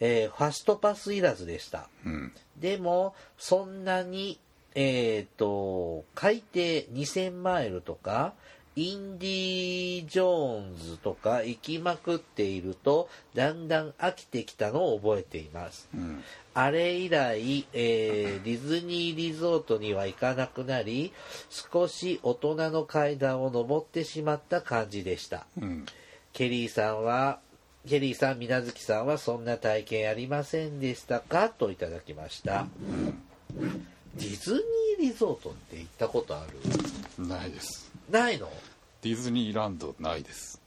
Speaker 1: えーファストパスいらずでした
Speaker 2: う、うん、
Speaker 1: でもそんなにえっ、と海底2000マイルとかインディ・ジョーンズとか行きまくっているとだんだん飽きてきたのを覚えています、
Speaker 2: ん
Speaker 1: あれ以来、えーディズニーリゾートには行かなくなり少し大人の階段を登ってしまった感じでした
Speaker 2: うん、
Speaker 1: ケリーさんは、ケリーさん、みなずきさんはそんな体験ありませんでしたかといただきました。ディズニーリゾートって行ったことある
Speaker 2: ないです
Speaker 1: ないの
Speaker 2: ディズニーランドないです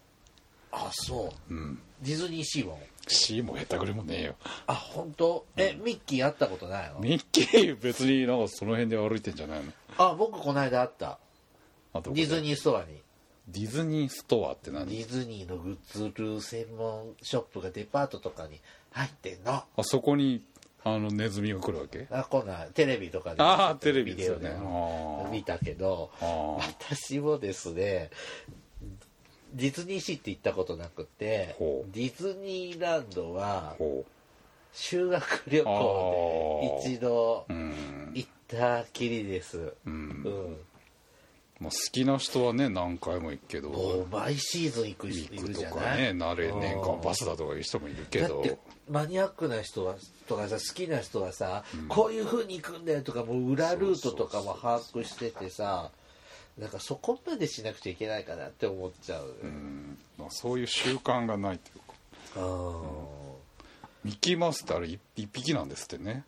Speaker 1: あ、そう。
Speaker 2: うん
Speaker 1: ディズニーシーも。
Speaker 2: シーもへたくれもねえよ
Speaker 1: あ、本当え、ミッキー会ったことないの
Speaker 2: ミッキー別になんかその辺で歩いてんじゃないの
Speaker 1: あ、僕この間会った。
Speaker 2: あと
Speaker 1: ディズニーストアに。
Speaker 2: ディズニーストアって
Speaker 1: デ
Speaker 2: 何
Speaker 1: ィズニーのグッズ売る専門ショップがデパートとかに入ってんの。
Speaker 2: あそこにあのネズミが来るわけ
Speaker 1: あ、こんなんテレビとかで。
Speaker 2: ああテレビですよ
Speaker 1: ビ
Speaker 2: ね
Speaker 1: デオで
Speaker 2: あ
Speaker 1: 見たけど、
Speaker 2: あああ
Speaker 1: 私もですねディズニーシーって行ったことなくて
Speaker 2: ほう
Speaker 1: ディズニーランドは
Speaker 2: ほ
Speaker 1: 修学旅行で一度
Speaker 2: ううん、
Speaker 1: 行ったきりです、
Speaker 2: う
Speaker 1: うんん、
Speaker 2: まあ、好きな人はね何回も行くけ
Speaker 1: も
Speaker 2: ど
Speaker 1: う毎シーズン行く人い
Speaker 2: 行
Speaker 1: る
Speaker 2: く
Speaker 1: じゃ
Speaker 2: と
Speaker 1: な
Speaker 2: かね
Speaker 1: い
Speaker 2: 慣れ年
Speaker 1: う
Speaker 2: 間
Speaker 1: ん
Speaker 2: バスだとかいう人もいるけ
Speaker 1: だっ
Speaker 2: ど
Speaker 1: てマニアックな人はとかさ好きな人はさ、こういう風に行くんだよとかもう裏ルートとかも把握しててさなんかそこまでしなくちゃいけないかなって思っちゃう、
Speaker 2: うんまあそういう習慣がないというか
Speaker 1: あー
Speaker 2: ミッキーマウスってあれ一一匹なんですってね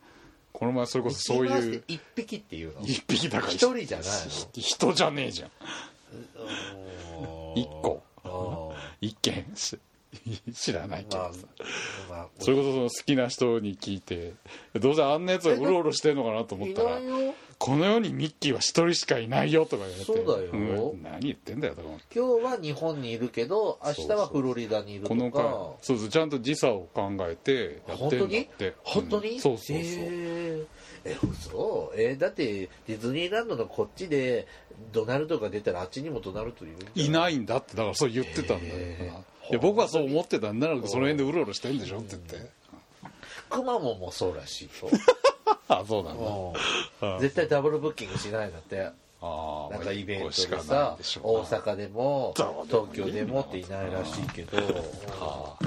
Speaker 2: この前それこそそう
Speaker 1: ミッキーマウス
Speaker 2: い
Speaker 1: っ
Speaker 2: う
Speaker 1: て一匹っていうの
Speaker 2: 一匹だから
Speaker 1: 一人じゃないの
Speaker 2: ひ人じゃねえじゃん
Speaker 1: おー
Speaker 2: 一個
Speaker 1: あー
Speaker 2: 一見し 知らないけ
Speaker 1: まあ
Speaker 2: どさ、
Speaker 1: まあ、
Speaker 2: それこそその好きな人に聞いてどうせあんなやつがうろうろしてんのかなと思っ
Speaker 1: い
Speaker 2: た
Speaker 1: な
Speaker 2: ら
Speaker 1: いよ
Speaker 2: この世にミッキーは一人しかいないよとか言われて
Speaker 1: そうだよ
Speaker 2: ん何言ってんだよとか思って
Speaker 1: 今日は日本にいるけど明日はフロリダにいると
Speaker 2: こ
Speaker 1: か
Speaker 2: の回そうそうちゃんと時差を考えてやっ
Speaker 1: 本
Speaker 2: て
Speaker 1: 当
Speaker 2: んだっ
Speaker 1: に
Speaker 2: て
Speaker 1: 本当に、
Speaker 2: うんそうそうそう、
Speaker 1: えー、え嘘えだってディズニーランドのこっちでドナルドが出たらあっちにもドナルドいるんじゃ
Speaker 2: いないんだってだからそう言ってたんだよ、
Speaker 1: へー
Speaker 2: いや僕はそう思ってたんならその辺でうろうろしてんでしょって言って、
Speaker 1: くまモンもそうらしい よ
Speaker 2: あそうなんだ
Speaker 1: うん絶対ダブルブッキングしないんだって
Speaker 2: ああ
Speaker 1: なんかイベントで
Speaker 2: しかない
Speaker 1: さ
Speaker 2: んでしょうな
Speaker 1: 大阪でも東京でもっていないらしいけど
Speaker 2: あ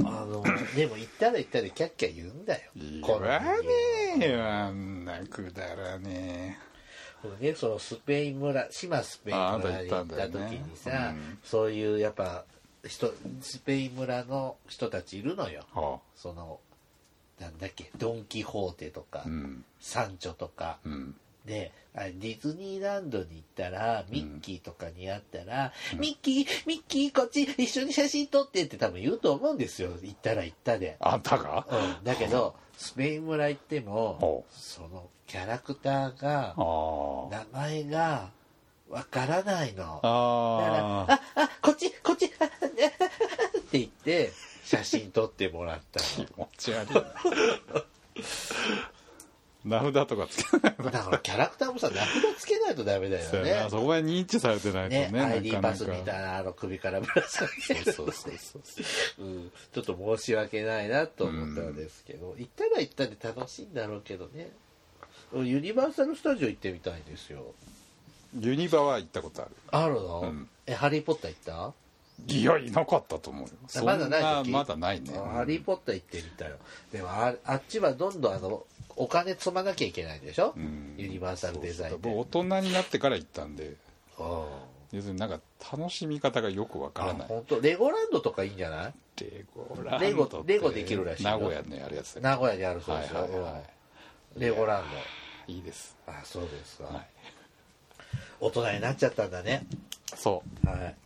Speaker 1: あのでも行ったら行ったらキャッキャ言うんだよ
Speaker 2: 言
Speaker 1: こんな
Speaker 2: わ
Speaker 1: に
Speaker 2: ねえよあんなくだらね
Speaker 1: ね、そのスペイン村島スペイン
Speaker 2: ああなた
Speaker 1: 村
Speaker 2: 行っ
Speaker 1: に
Speaker 2: た
Speaker 1: 行っ
Speaker 2: んだ
Speaker 1: た
Speaker 2: よね
Speaker 1: 時にさ、
Speaker 2: うん
Speaker 1: そういうやっぱ人スペイン村の人たちいるのよ
Speaker 2: えは
Speaker 1: そのなんだっけドン・キホーテとか、
Speaker 2: あうん
Speaker 1: サンチョとか、
Speaker 2: うん
Speaker 1: であれディズニーランドに行ったらミッキーとかに会ったら「ミッキーミッキーこっち一緒に写真撮って」って多分言うと思うんですよ行ったら行ったで。
Speaker 2: あんたが
Speaker 1: うん、だけどスペイン村行っても
Speaker 2: ほ
Speaker 1: そのキャラクターが
Speaker 2: あー
Speaker 1: 名前がわからないの。だから、
Speaker 2: あー
Speaker 1: あ、あ、こっち、こっち、 あああああって言って、写真撮ってもらった
Speaker 2: 気持ち悪いな 名札とかつけない
Speaker 1: の。だからキャラクターもさ、名札つけないとダメだ
Speaker 2: と
Speaker 1: よ
Speaker 2: よ
Speaker 1: ね
Speaker 2: な。そこまで認知されてないとね
Speaker 1: ね、ID
Speaker 2: なか
Speaker 1: パ
Speaker 2: な
Speaker 1: ス
Speaker 2: か
Speaker 1: みたいなあの首からぶら下げる、
Speaker 2: そうそうそうそう
Speaker 1: ん、ちょっと申し訳ないなと思ったんですけど、行ったら行ったで楽しいんだろうけどねユニバーサル・スタジオ行ってみたいんですよ
Speaker 2: ユニバは行ったことある
Speaker 1: あるの、
Speaker 2: ん
Speaker 1: えハリー・ポッター行った
Speaker 2: いやいなかったと思うよそん
Speaker 1: まだない時
Speaker 2: まだないね
Speaker 1: あハリー・ポッター行ってみたよでもああっちはどんどんあのお金積まなきゃいけないでしょ、
Speaker 2: ん
Speaker 1: ユニバーサルデザイン
Speaker 2: 僕大人になってから行ったんで要するになんか楽しみ方がよくわからない
Speaker 1: 本当レゴランドとかいいんじゃない
Speaker 2: レゴランドって
Speaker 1: レゴレゴできるらしいよ
Speaker 2: 名古屋のやるやつだよ
Speaker 1: 名古屋にあるそうですよ、
Speaker 2: はいはいは
Speaker 1: うんレゴラン
Speaker 2: いいいです
Speaker 1: ドあそうですか、
Speaker 2: はい
Speaker 1: 大人になっちゃったんだね
Speaker 2: そう
Speaker 1: はい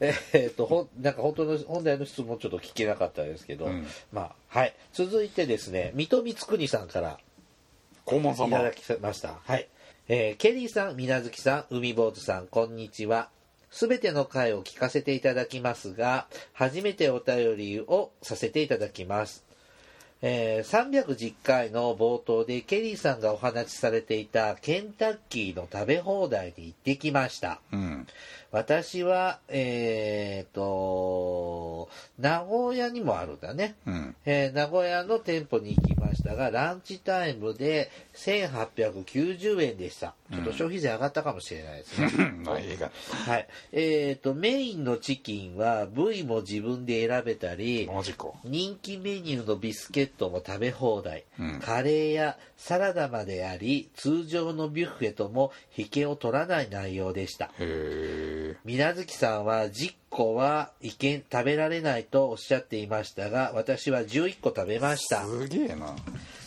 Speaker 1: えーっとほんなんか本当の本題の質問ちょっと聞けなかったですけど、
Speaker 2: うん
Speaker 1: まあはい続いてですね水戸光圀さんから
Speaker 2: 黄門様
Speaker 1: いただきました。はい。えーケリーさん、みなずきさん、海坊主さん、こんにちは。すべての回を聞かせていただきますが、初めてお便りをさせていただきます。えー310回の冒頭でケリーさんがお話しされていたケンタッキーの食べ放題に行ってきました。
Speaker 2: うん
Speaker 1: 私は、えーと、名古屋にもあるんだね。
Speaker 2: うん
Speaker 1: えー名古屋の店舗に行きましたが、ランチタイムで1890円でした。ちょっと消費税上がったかもしれない ですね。
Speaker 2: うんまあ映画
Speaker 1: はい。えっ、と、メインのチキンは部位も自分で選べたり、
Speaker 2: マジか
Speaker 1: 人気メニューのビスケットも食べ放題、
Speaker 2: うん
Speaker 1: カレーやサラダまであり、通常のビュッフェとも引けを取らない内容でした。
Speaker 2: へえ
Speaker 1: 水月さんは10個はいけん食べられないとおっしゃっていましたが私は11個食べました
Speaker 2: すげえな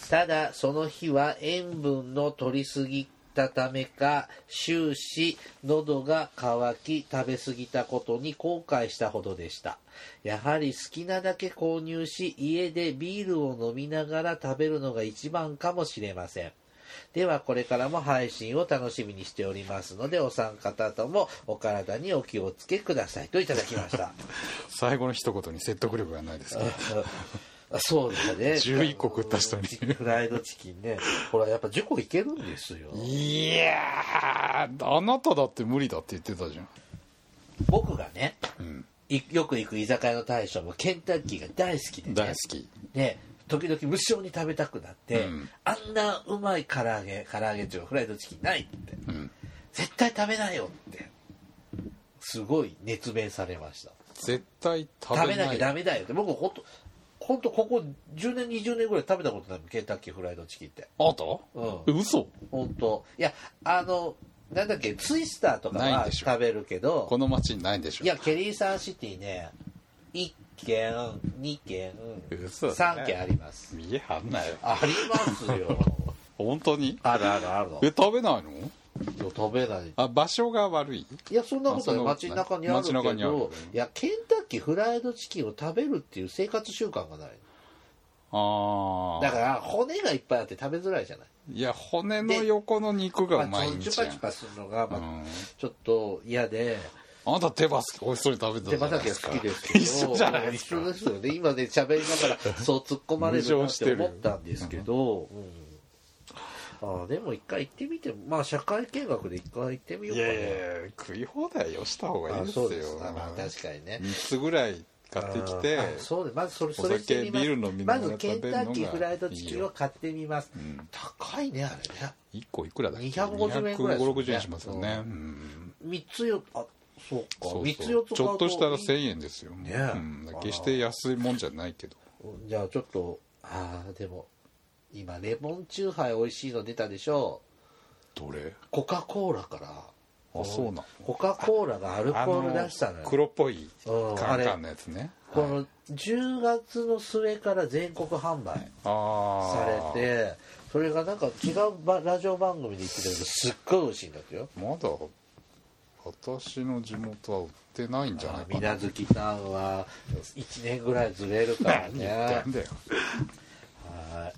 Speaker 1: ただその日は塩分の取りすぎたためか終始喉が渇き食べ過ぎたことに後悔したほどでしたやはり好きなだけ購入し家でビールを飲みながら食べるのが一番かもしれませんではこれからも配信を楽しみにしておりますのでお三方ともお体にお気をつけくださいといただきました
Speaker 2: 最後の一言に説得力がないですね
Speaker 1: あそうだ ね
Speaker 2: 11個食った人に
Speaker 1: フライドチキンねほらやっぱ10個いけるんですよ
Speaker 2: いやーあなただって無理だって言ってたじゃん
Speaker 1: 僕がね
Speaker 2: うん
Speaker 1: いよく行く居酒屋の大将もケンタッキーが大好きで、ね、
Speaker 2: 大好き
Speaker 1: で時々無性に食べたくなって、
Speaker 2: うん
Speaker 1: あんなうまい唐揚げ唐揚げ中フライドチキンないって
Speaker 2: うん
Speaker 1: 絶対食べないよってすごい熱弁されました
Speaker 2: 絶対食
Speaker 1: 食
Speaker 2: べ
Speaker 1: べな
Speaker 2: な
Speaker 1: きゃ
Speaker 2: い
Speaker 1: ダメだよって僕ほんと本当ここ10年20年ぐらい食べたことないもんケンタッキーフライドチキンって
Speaker 2: あった
Speaker 1: うん
Speaker 2: え嘘
Speaker 1: 本当いやあのなんだっけツイスターとか
Speaker 2: ないん
Speaker 1: は
Speaker 2: でしょ
Speaker 1: 食べるけど
Speaker 2: この町にないんでしょ
Speaker 1: いやケリーサンシティね1軒2軒
Speaker 2: 嘘だね
Speaker 1: 3軒あります
Speaker 2: 見えはんなよ
Speaker 1: あります よ
Speaker 2: 本当に
Speaker 1: あるあるあるの
Speaker 2: え食べないの
Speaker 1: 食べない
Speaker 2: あ場所が悪い
Speaker 1: いやそんなこと
Speaker 2: あそん
Speaker 1: な
Speaker 2: ないこと
Speaker 1: 街中にあるけ
Speaker 2: 街中にある
Speaker 1: どいやケンタッキーフライドチキンを食べるっていう生活習慣がない
Speaker 2: あ
Speaker 1: だか
Speaker 2: あ
Speaker 1: ら骨がいっぱいあって食べづらいじゃない
Speaker 2: いや骨の横の肉がう
Speaker 1: ま
Speaker 2: ま
Speaker 1: あ
Speaker 2: い
Speaker 1: ちょ
Speaker 2: ん
Speaker 1: チ
Speaker 2: じ
Speaker 1: ュ
Speaker 2: ゃ
Speaker 1: パチュ
Speaker 2: ん
Speaker 1: パするのが、まあ
Speaker 2: うん
Speaker 1: ちょっと嫌で
Speaker 2: あなた手羽先美味しそうに食べてた
Speaker 1: 手羽先は
Speaker 2: じゃないですか
Speaker 1: 好きですけど
Speaker 2: 一緒じゃないです
Speaker 1: 一
Speaker 2: か
Speaker 1: 緒ですよね今ね喋りながらそう突っ込まれるなって思ったんですけど、うんあーでも一回行ってみてまあ社会見学で一回行ってみよう
Speaker 2: い
Speaker 1: かな
Speaker 2: やいや食い放題よした方がいい
Speaker 1: あ
Speaker 2: です
Speaker 1: そ
Speaker 2: よ
Speaker 1: うですか、まあ、確かにね
Speaker 2: 3つぐらい買ってきて
Speaker 1: あーあそうですまずそれそれ
Speaker 2: お酒
Speaker 1: してみます
Speaker 2: ビール飲みな
Speaker 1: ま
Speaker 2: がら
Speaker 1: ずケンタッキーフライドチキンを買ってみます
Speaker 2: ん
Speaker 1: 高いねあれね
Speaker 2: 1個いくらだっけ
Speaker 1: 250円ぐらいですよね
Speaker 2: 250円しますよね、
Speaker 1: う
Speaker 2: うん
Speaker 1: 3つよあそうか
Speaker 2: そうそう
Speaker 1: 三つ四つ
Speaker 2: ち
Speaker 1: 買う
Speaker 2: ょっとしたら
Speaker 1: いい
Speaker 2: 1000円ですよ、
Speaker 1: ね
Speaker 2: うん、決して安いもんじゃないけど
Speaker 1: じゃあちょっとああでも今レモンチューハイ美味しいの出たでしょ
Speaker 2: どれ
Speaker 1: コカ・コーラから
Speaker 2: あそうなの
Speaker 1: コカ・コーラがアルコ
Speaker 2: あ
Speaker 1: ー
Speaker 2: の
Speaker 1: ル出したのよ
Speaker 2: 黒っぽい
Speaker 1: うん
Speaker 2: カ
Speaker 1: あ
Speaker 2: ン
Speaker 1: れ
Speaker 2: カンのやつね
Speaker 1: この10月の末から全国販売
Speaker 2: あ
Speaker 1: さ
Speaker 2: あ
Speaker 1: れてそれがなんか違うばラジオ番組で言ってたけどすっごい美味しいんだってよ
Speaker 2: まだ私の地元は売ってないんじゃないか
Speaker 1: 水
Speaker 2: な
Speaker 1: 無月さんは1年ぐらいずれるから
Speaker 2: 何言
Speaker 1: ね
Speaker 2: ってんだよ
Speaker 1: はい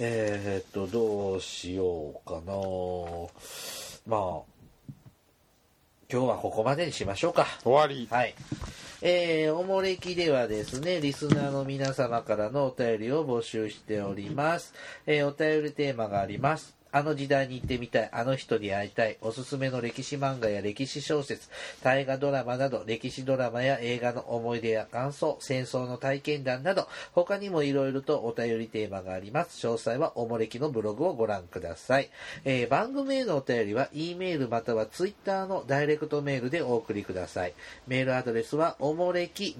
Speaker 1: えー、っとどうしようかなまあ今日はここまでにしましょうか
Speaker 2: 終わり
Speaker 1: はい。えー、おもれきではですね、リスナーの皆様からのお便りを募集しております。えー、お便りテーマがあります。あの時代に行ってみたい、あの人に会いたい、おすすめの歴史漫画や歴史小説、大河ドラマなど、歴史ドラマや映画の思い出や感想、戦争の体験談など、他にもいろいろとお便りテーマがあります。詳細はおもれきのブログをご覧ください。えー番組へのお便りは、E メールまたは Twitter のダイレクトメールでお送りください。メールアドレスは、おもれき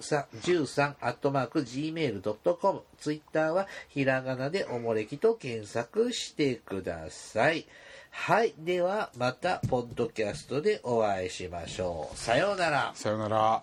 Speaker 1: 2013アットマーク gmail.com。Twitter は、ひらがなでおもれきと検索してください。はい。では、また、ポッドキャストでお会いしましょう。さようなら。
Speaker 2: さよなら